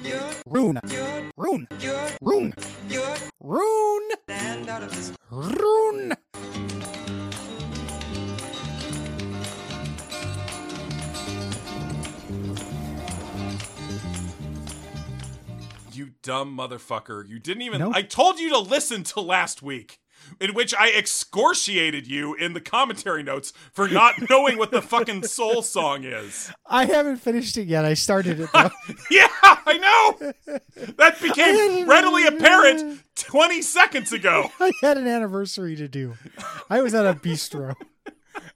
You're,
Rune,
you're,
rune,
you're,
rune,
you're,
rune,
stand out of this
rune.
You Dumb Motherfucker. You didn't even.
Nope.
I told you to listen to last week, in which I excoriated you in the commentary notes for not knowing what the fucking soul song is.
I haven't finished it yet. I started it though.
Yeah, I know! That became
didn't-
readily apparent 20 seconds ago.
I had an anniversary to do. I was at a bistro.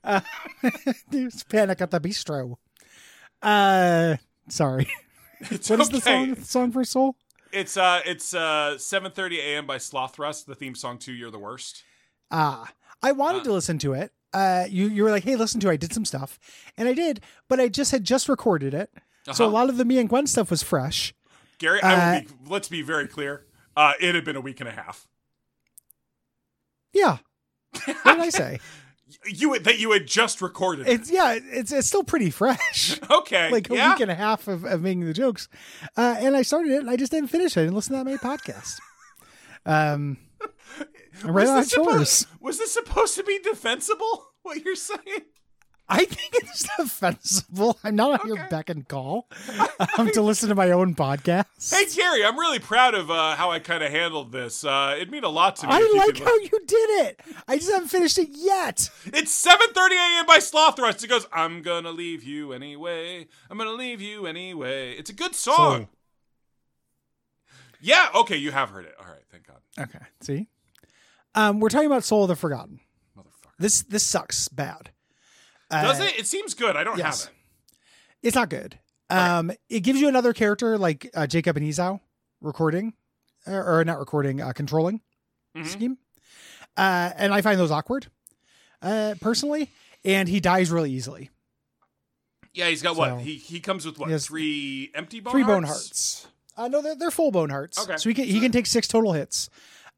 Uh, there's panic at the bistro. Uh, sorry.
It's
What is
okay.
the song? The song for Soul?
It's uh, it's uh, 7:30 a.m. by Slothrust, the theme song to "You're the Worst."
Ah, I wanted
Ah.
to listen to it. Uh, you you were like, hey, listen to. it. I did some stuff, and I did, but I just had just recorded it, so a
Uh-huh.
lot of the me and Gwen stuff was fresh.
Gary, I
Uh,
will be, let's be very clear. Uh, it had been a week and a half.
Yeah. what did I say?
You that you had just recorded.
It's yeah. It's it's still pretty fresh.
okay,
Like a
yeah.
week and a half of, of making the jokes, uh, and I started it, and I just didn't finish it. I didn't listen to that many podcasts. Um, I ran
was,
out of
this
chores.
supposed, was this supposed to be defensible? What you're saying?
I think it's defensible. I'm not on your
Okay.
beck and call um, to listen to my own podcast.
Hey, Gary, I'm really proud of uh, how I kind of handled this. Uh, it'd mean a lot to me. if
I
you
like
could-
how you did it. I just haven't finished it yet.
It's 7:30 a.m. by Slothrust. It goes, "I'm gonna leave you anyway. I'm gonna leave you anyway." It's a good song.
Soul.
Yeah. Okay, you have heard it. All right. Thank God.
Okay. See, um, we're talking about Soul of the Forgotten.
Motherfucker.
This this sucks bad.
Does
Uh,
it? It seems good. I don't
yes.
have it.
It's not good. Um, It gives you another character like uh, Jacob and Esau recording, or, or not recording, uh, controlling
Mhm.
scheme. Uh, and I find those awkward uh, personally. And he dies really easily.
Yeah, he's got
So-
what? He he comes with what?
He has
Three empty bone
Three
hearts?
bone hearts. Uh, no, they're, they're full bone hearts.
Okay.
So he can, he can take six total hits.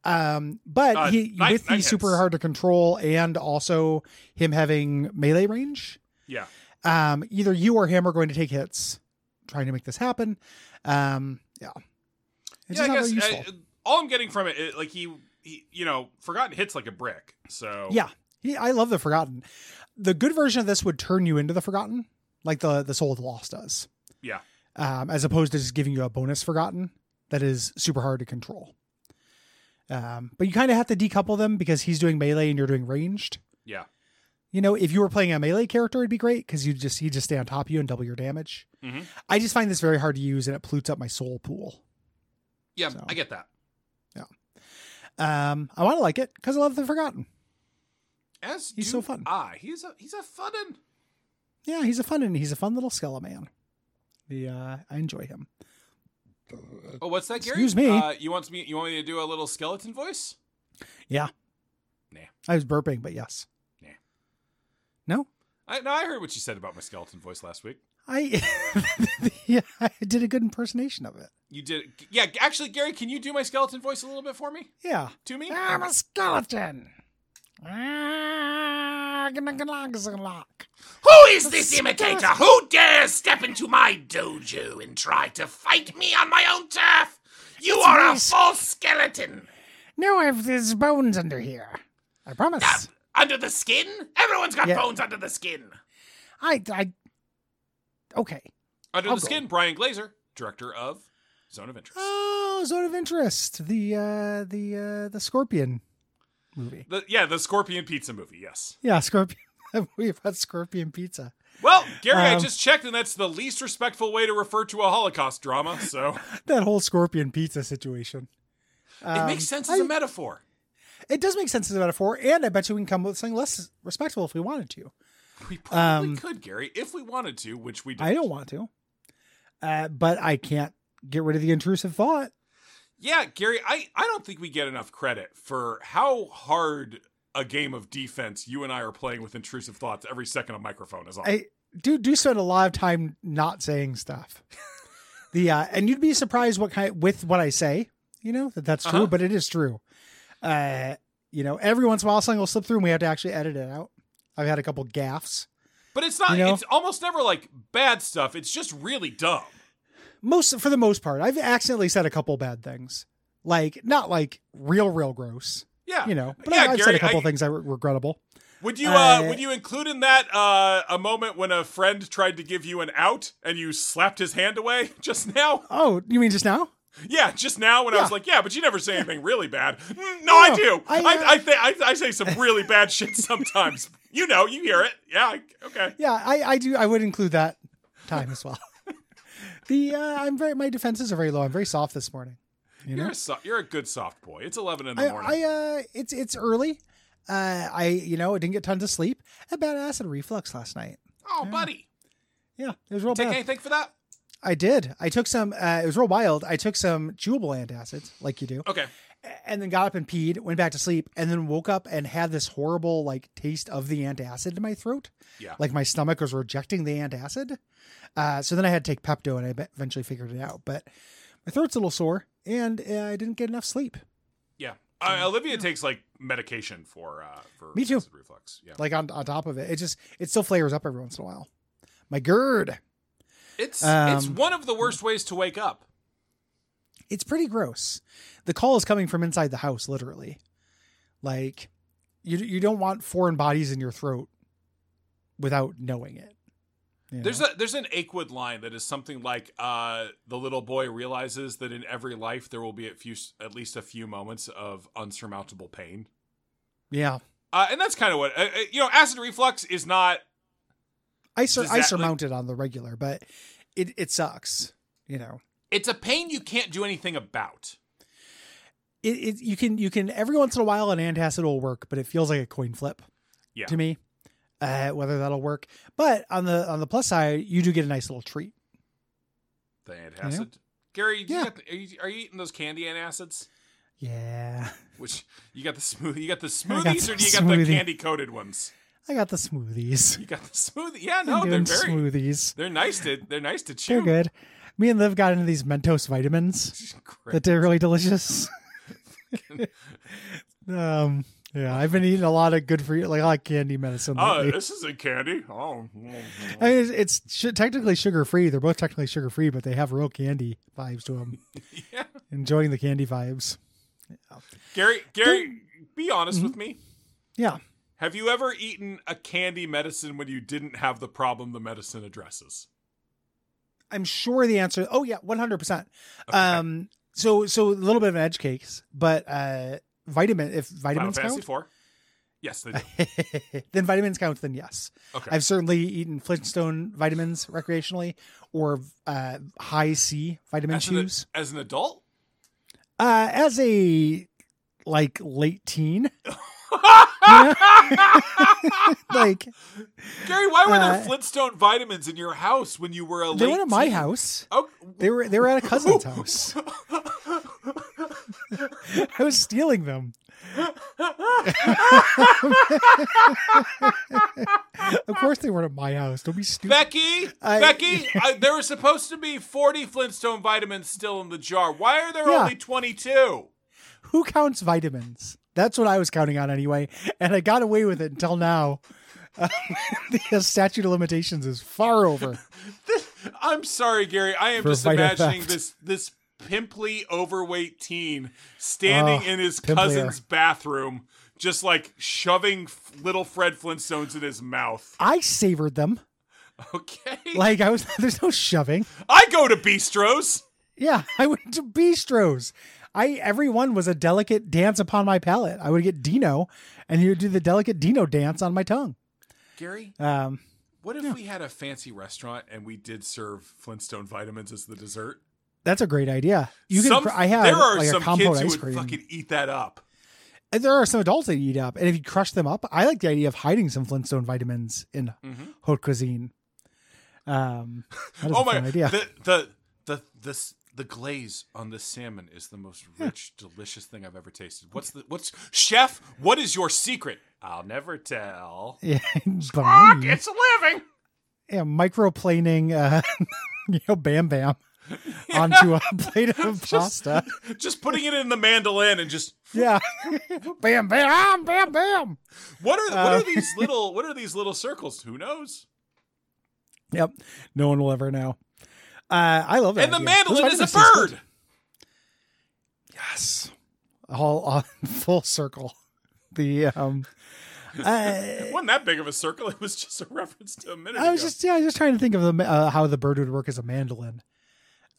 Um, but
Uh,
he,
nine-
with
nine
he's super
hits.
hard to control and also him having melee range,
Yeah.
um, either you or him are going to take hits trying to make this happen. Um, yeah.
yeah,
It's just
I
not
guess
very useful.
uh, all I'm getting from it, is, like he, he, you know, forgotten hits like a brick. So
yeah. He, I love the Forgotten. The good version of this would turn you into the Forgotten, like the, the Soul of the Lost does.
Yeah.
Um, as opposed to just giving you a bonus Forgotten that is super hard to control. Um, but you kind of have to decouple them because he's doing melee and you're doing ranged.
yeah,
You know, if you were playing a melee character, it'd be great because you just he'd just stay on top of you and double your damage.
Mhm.
I just find this very hard to use, and it pollutes up my soul pool.
yeah.
So.
I get that.
Um, I want to like it because I love the Forgotten.
As
He's
do
so fun.
Ah, he's a he's a fun un.
Yeah, he's a fun and he's a fun little skeleman. The uh, I enjoy him.
Oh, what's that, Gary?
Excuse me.
Uh, you want me? You want me to do a little skeleton voice?
I was burping, but yes.
Yeah.
No,
I no, I heard what you said about my skeleton voice last week.
I yeah, I did a good impersonation of it.
You did, yeah. Actually, Gary, can you do my skeleton voice a little bit for me?
Yeah,
To me?
I'm a skeleton. Ah, gonna- gonna- gonna- gonna-
Who is this imitator? Who dares step into my dojo and try to fight me on my own turf? You are a
nice.
false skeleton.
No, I have there's bones under here. I promise.
Under the skin? Everyone's got
Yeah.
bones under the skin.
I, I. Okay.
Under
I'll
the
go.
skin, Brian Glazer, director of Zone of Interest.
Oh, Zone of Interest, the uh, the uh, the Scorpion movie.
The, yeah, the Scorpion Pizza movie. Yes.
Yeah, Scorpion. We've had Scorpion Pizza.
Well, Gary, I
Um,
just checked, and that's the least respectful way to refer to a Holocaust drama. So
That whole Scorpion Pizza situation.
it
Um,
makes sense
I-
as a metaphor.
it does make sense as a metaphor, and I bet you we can come up with something less respectful if we wanted to.
We probably
um,
could, Gary, if we wanted to, which we
I don't want to, uh, but I can't get rid of the intrusive thought.
Yeah, Gary, I, I don't think we get enough credit for how hard a game of defense you and I are playing with intrusive thoughts every second on microphone is on.
I do do spend a lot of time not saying stuff. the uh, and you'd be surprised what kind with what I say. You know that that's true,
Uh-huh.
but it is true. Uh, you know, every once in a while something will slip through, and we have to actually edit it out. I've had a couple gaffes.
but it's not,
you know-
it's almost never like bad stuff. It's just really dumb.
Most for the most part, I've accidentally said a couple bad things, like not like real, real gross.
Yeah.
You know, but
yeah,
I, I've said
Gary,
a couple
I-
things I were regrettable.
Would you uh,
Uh,
would you include in that uh, a moment when a friend tried to give you an out and you slapped his hand away just now?
Oh, you mean just now?
Yeah, just now when I was
Yeah.
like, yeah, but you never say anything really bad. Mm, No, I
No,
do. I
I,
I,
uh,
thi- I, I say some really bad shit sometimes. You know, you hear it. Yeah, I, okay.
Yeah, I, I do. I would include that time as well. the uh, I'm very my defenses are very low. I'm very soft this morning. You
You're
know,
a so- you're a good soft boy. It's eleven in the
I,
morning.
I uh, it's it's early. Uh, I you know I didn't get tons of sleep. I had bad acid reflux last night.
oh, buddy,
Yeah, it was real
take
bad.
anything for that?
I did. I took some. Uh, it was real wild. I took some chewable antacids, like you do,
Okay.
and then got up and peed, went back to sleep, and then woke up and had this horrible like taste of the antacid in my throat.
Yeah.
like my stomach was rejecting the antacid. Uh, so then I had to take Pepto, and I be- eventually figured it out. But my throat's a little sore, and uh, I didn't get enough sleep.
Yeah. Uh, Olivia takes like medication for uh for
Me too.
acid reflux. Yeah.
Like on on top of it, it just it still flares up every once in a while. My GERD,
It's it's
Um,
one of the worst ways to wake up.
it's pretty gross. The call is coming from inside the house, literally. Like you you don't want foreign bodies in your throat without knowing it. you
There's
know?
a there's an Aquid line that is something like uh, the little boy realizes that in every life there will be at few at least a few moments of unsurmountable pain,
yeah.
uh, and that's kind of what uh, uh, you know. Acid reflux is not
I sur-
Does
I
that,
surmount it on the regular, but it it sucks. You know.
it's a pain you can't do anything about.
it, it you can you can every once in a while an antacid will work, but it feels like a coin flip
Yeah.
to me. Uh, whether that'll work, but on the on the plus side, you do get a nice little treat
the antacid. Gary, you
Yeah.
got the, are, you, are you eating those candy antacids?
Yeah.
Which you got the smooth, you got the
got
smoothies, or
some
do you got the
smoothie.
candy coated ones?
I got the smoothies.
You got the smoothie. Yeah,
I'm
no, they're
doing
very
smoothies.
they're nice to they're nice to chew.
They're good. Me and Liv got into these Mentos vitamins
Great.
that they're really delicious. um, yeah, I've been eating a lot of good for you, like a lot of candy medicine.
Oh,
lately.
this isn't candy. Oh,
I mean, it's, it's sh- technically sugar free. They're both technically sugar free, but they have real candy vibes to them.
yeah.
Enjoying the candy vibes.
Gary, Gary, be honest with me.
Mm-hmm. Yeah.
Have you ever eaten a candy medicine when you didn't have the problem the medicine addresses?
I'm sure the answer. Oh yeah, 100. percent Um, so so a little bit of an edge case, but uh, vitamin if
Final
vitamins
Fantasy
count,
Four. Yes,
Uh,
they do.
then vitamins count. Then yes,
Okay.
I've certainly eaten Flintstone vitamins recreationally or uh, high C vitamin
as, an,
chews.
as an adult.
uh, as a like late teen, like
Gary, why were there
Uh,
Flintstone vitamins in your house when you were a
they
late
went to my
teen?
house.
Oh,
They were they were at a cousin's house. I was stealing them. of course they weren't at my house. Don't be stupid.
Becky,
I-
Becky, I, there were supposed to be 40 Flintstone vitamins still in the jar. Why are there
Yeah.
only 22?
Who counts vitamins? That's what I was counting on anyway, and I got away with it until now. Um, the statute of limitations is far over.
I'm sorry, Gary. I am
For
just
vital
imagining
theft.
this this pimply overweight teen standing
Oh,
in his
pimplier.
cousin's bathroom, just like shoving f- little Fred Flintstones in his mouth.
I savored them.
Okay,
Like I was there's no shoving.
I go to bistros.
Yeah, I went to bistros. I every one was a delicate dance upon my palate. I would get Dino, and he would do the delicate Dino dance on my tongue.
Gary,
Um,
what if we had a fancy restaurant and we did serve Flintstone vitamins as the dessert?
that's a great idea. You can.
Some-
fr- I have
there are
like
some
a compote
kids who
ice
would
cream.
fucking eat that up.
And there are some adults that eat up, and if you crush them up, I like the idea of hiding some Flintstone vitamins in
Mm-hmm.
haute cuisine. Um, that is
Oh
a
my!
fun idea.
The the the the s- the glaze on the salmon is the most rich, delicious thing I've ever tasted. What's the what's chef? What is your secret? I'll never tell.
yeah,
Fuck,
baloney.
it's a living.
yeah, microplaning, uh, you know, Bam Bam onto a plate of pasta.
Just putting it in the mandolin and just
Yeah. bam, bam, bam, bam.
what are
Uh.
what are these little what are these little circles? Who knows?
Yep. No one will ever know. Uh, I love that.
And the
idea.
mandolin
Those
is a
vitamins taste good.
bird.
Yes. All on full circle. The um uh,
It wasn't that big of a circle. It was just a reference to a minute
I was
ago.
just yeah, I was just trying to think of the ma- uh, how the bird would work as a mandolin.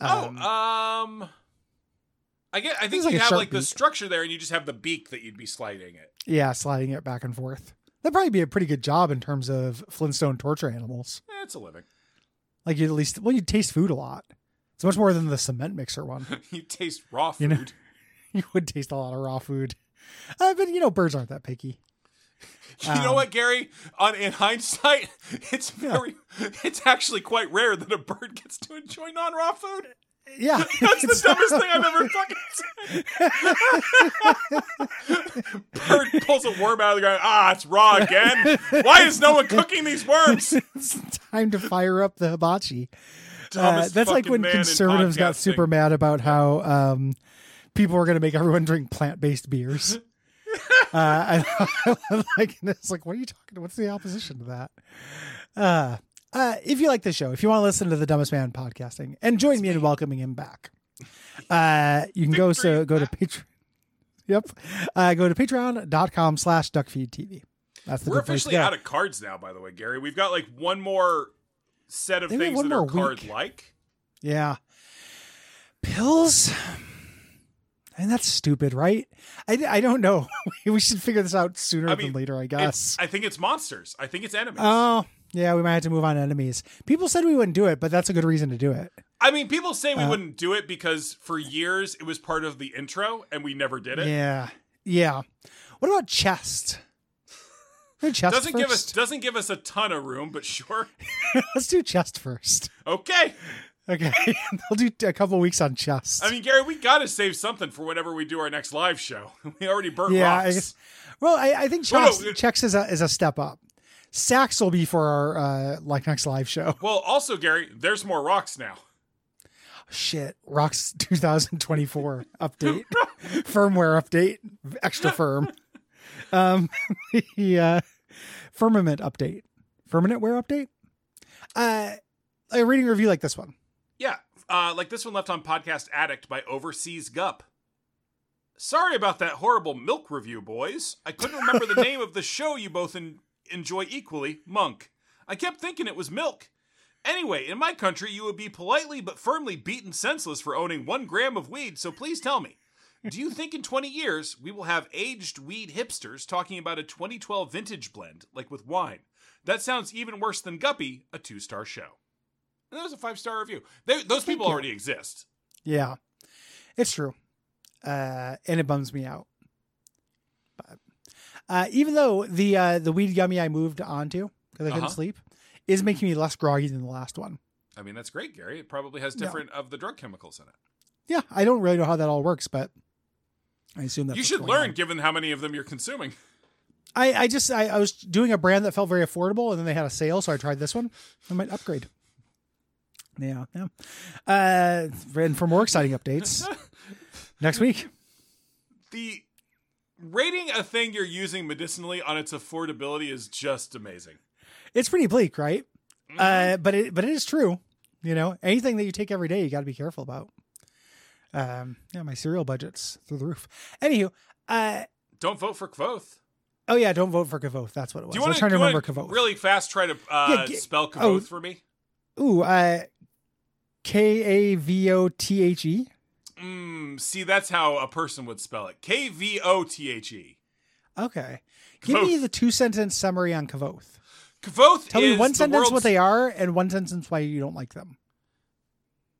oh
Um,
um. I get. I think
It's like
you
a
have
sharp
like the
beak.
structure there, and you just have the beak that you'd be sliding it.
yeah, sliding it back and forth. That'd probably be a pretty good job in terms of Flintstone torture animals.
Eh, it's a living.
Like you at least well, you taste food a lot. It's much more than the cement mixer one.
you taste raw food.
You know- you would taste a lot of raw food. Uh, but you know, birds aren't that picky.
You know
Um,
what, Gary? On in hindsight, it's very it's actually quite rare that a bird gets to enjoy non-raw food.
Yeah,
That's the
it's-
dumbest thing I've ever fucking said. bird pulls a worm out of the ground. Ah, it's raw again. Why is no one cooking these worms?
it's time to fire up the hibachi. Uh,
Dumbest
that's like
fucking
when
man in
conservatives got
podcasting.
super mad about how um, people were going to make everyone drink plant-based beers. uh, I, like and it's like, what are you talking? What's the opposition to that? Uh, uh, if you like the show, if you want to listen to the Dumbest Man podcasting, and join me in welcoming him back, uh, you can go so go to Patreon. Yep, uh, go to patreon.com slash duckfeedtv. That's the
We're
good place to
officially
go.
out of cards now, by the way, Gary. We've got like one more set of
Maybe
things
one
that are
more week.
card-like.
Yeah. Pills? I mean, that's stupid, right? I, I don't know. we should figure this out sooner
I mean,
than later, I
It's-
guess.
I think it's monsters. I think it's enemies.
Oh, yeah, we might have to move on to enemies. People said we wouldn't do it, but that's a good reason to do it.
I mean, people say
Uh-huh.
we wouldn't do it because for years it was part of the intro and we never did it.
Yeah. Yeah. What about chest? Do Chest
doesn't give us
first?
doesn't give us a ton of room, but sure.
Let's do chest first.
Okay.
Okay, they'll do a couple weeks on chest.
I mean, Gary, we got to save something for whenever we do our next live show. We already burnt
Yeah, I
rocks.
guess- well, I, I think
Well, no,
chest,
it-
checks is a is a step up. Sacks will be for our uh, like next live show.
Well, also, Gary, there's more rocks now.
Shit, rocks 2024 update, firmware update, extra firm. Um, the uh, firmament update, firmament wear update. Uh, a reading review like this one.
Yeah, uh, like this one left on Podcast Addict by Overseas Gup. Sorry about that horrible milk review, boys. I couldn't remember the name of the show you both en- enjoy equally, Monk. I kept thinking it was milk. Anyway, in my country, you would be politely but firmly beaten senseless for owning one gram of weed, so please tell me. Do you think in 20 years we will have aged weed hipsters talking about a 2012 vintage blend, like with wine? That sounds even worse than Guppy, a two star show. And that was a five star review. They, those people
you.
already exist.
Yeah, it's true, uh, and it bums me out. But uh, even though the uh, the weed gummy I moved onto because I couldn't
Uh-huh.
sleep is making me less groggy than the last one.
I mean, that's great, Gary. It probably has
No.
different of the drug chemicals in it.
Yeah, I don't really know how that all works, but I assume that
you should learn, given how many of them you're consuming.
I, I just I, I was doing a brand that felt very affordable, and then they had a sale, so I tried this one. I might upgrade. Yeah, yeah. Uh, and for more exciting updates next week.
The rating a thing you're using medicinally on its affordability is just amazing.
It's pretty bleak, right?
Mm-hmm.
Uh, but it but it is true. You know, anything that you take every day, you got to be careful about. Um, yeah, my cereal budget's through the roof. Anywho, uh,
Don't vote for Kvoth.
oh yeah, don't vote for Kavoth. That's what it was.
Do you
I
want
was trying to
you wanna
remember Kavoth.
Really fast, try to uh,
Yeah, g-
spell Kvoth
oh.
for me.
Ooh, uh, K A V O T H E.
Mm, see, that's how a person would spell it. K V O T H E.
Okay. Give me
Kvoth.
the two sentence summary on Kavoth.
Kvoth
Tell
is
me one
the
sentence what
world's-
they are and one sentence why you don't like them.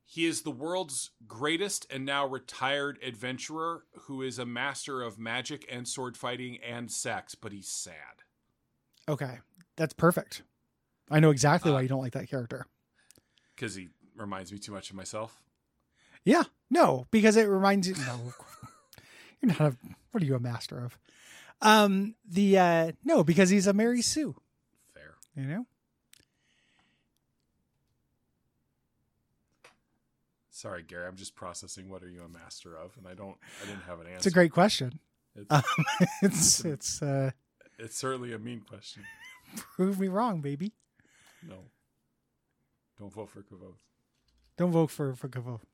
He is the world's greatest and now retired adventurer who is a master of magic and sword fighting and sex, but he's sad.
Okay. That's perfect. I know exactly why
Uh,
you don't like that character.
Because he reminds me too much of myself.
Yeah. No, because it reminds you No. You're not a what are you a master of? Um the uh no, because he's a Mary Sue,
Fair.
you know?
Sorry, Gary, I'm just processing what are you a master of? And I don't I didn't have an answer.
It's a great question.
it's,
Um, it's it's uh
it's certainly a mean question.
prove me wrong, baby.
No. Don't vote for Kavoth.
Don't vote for for Kavoth.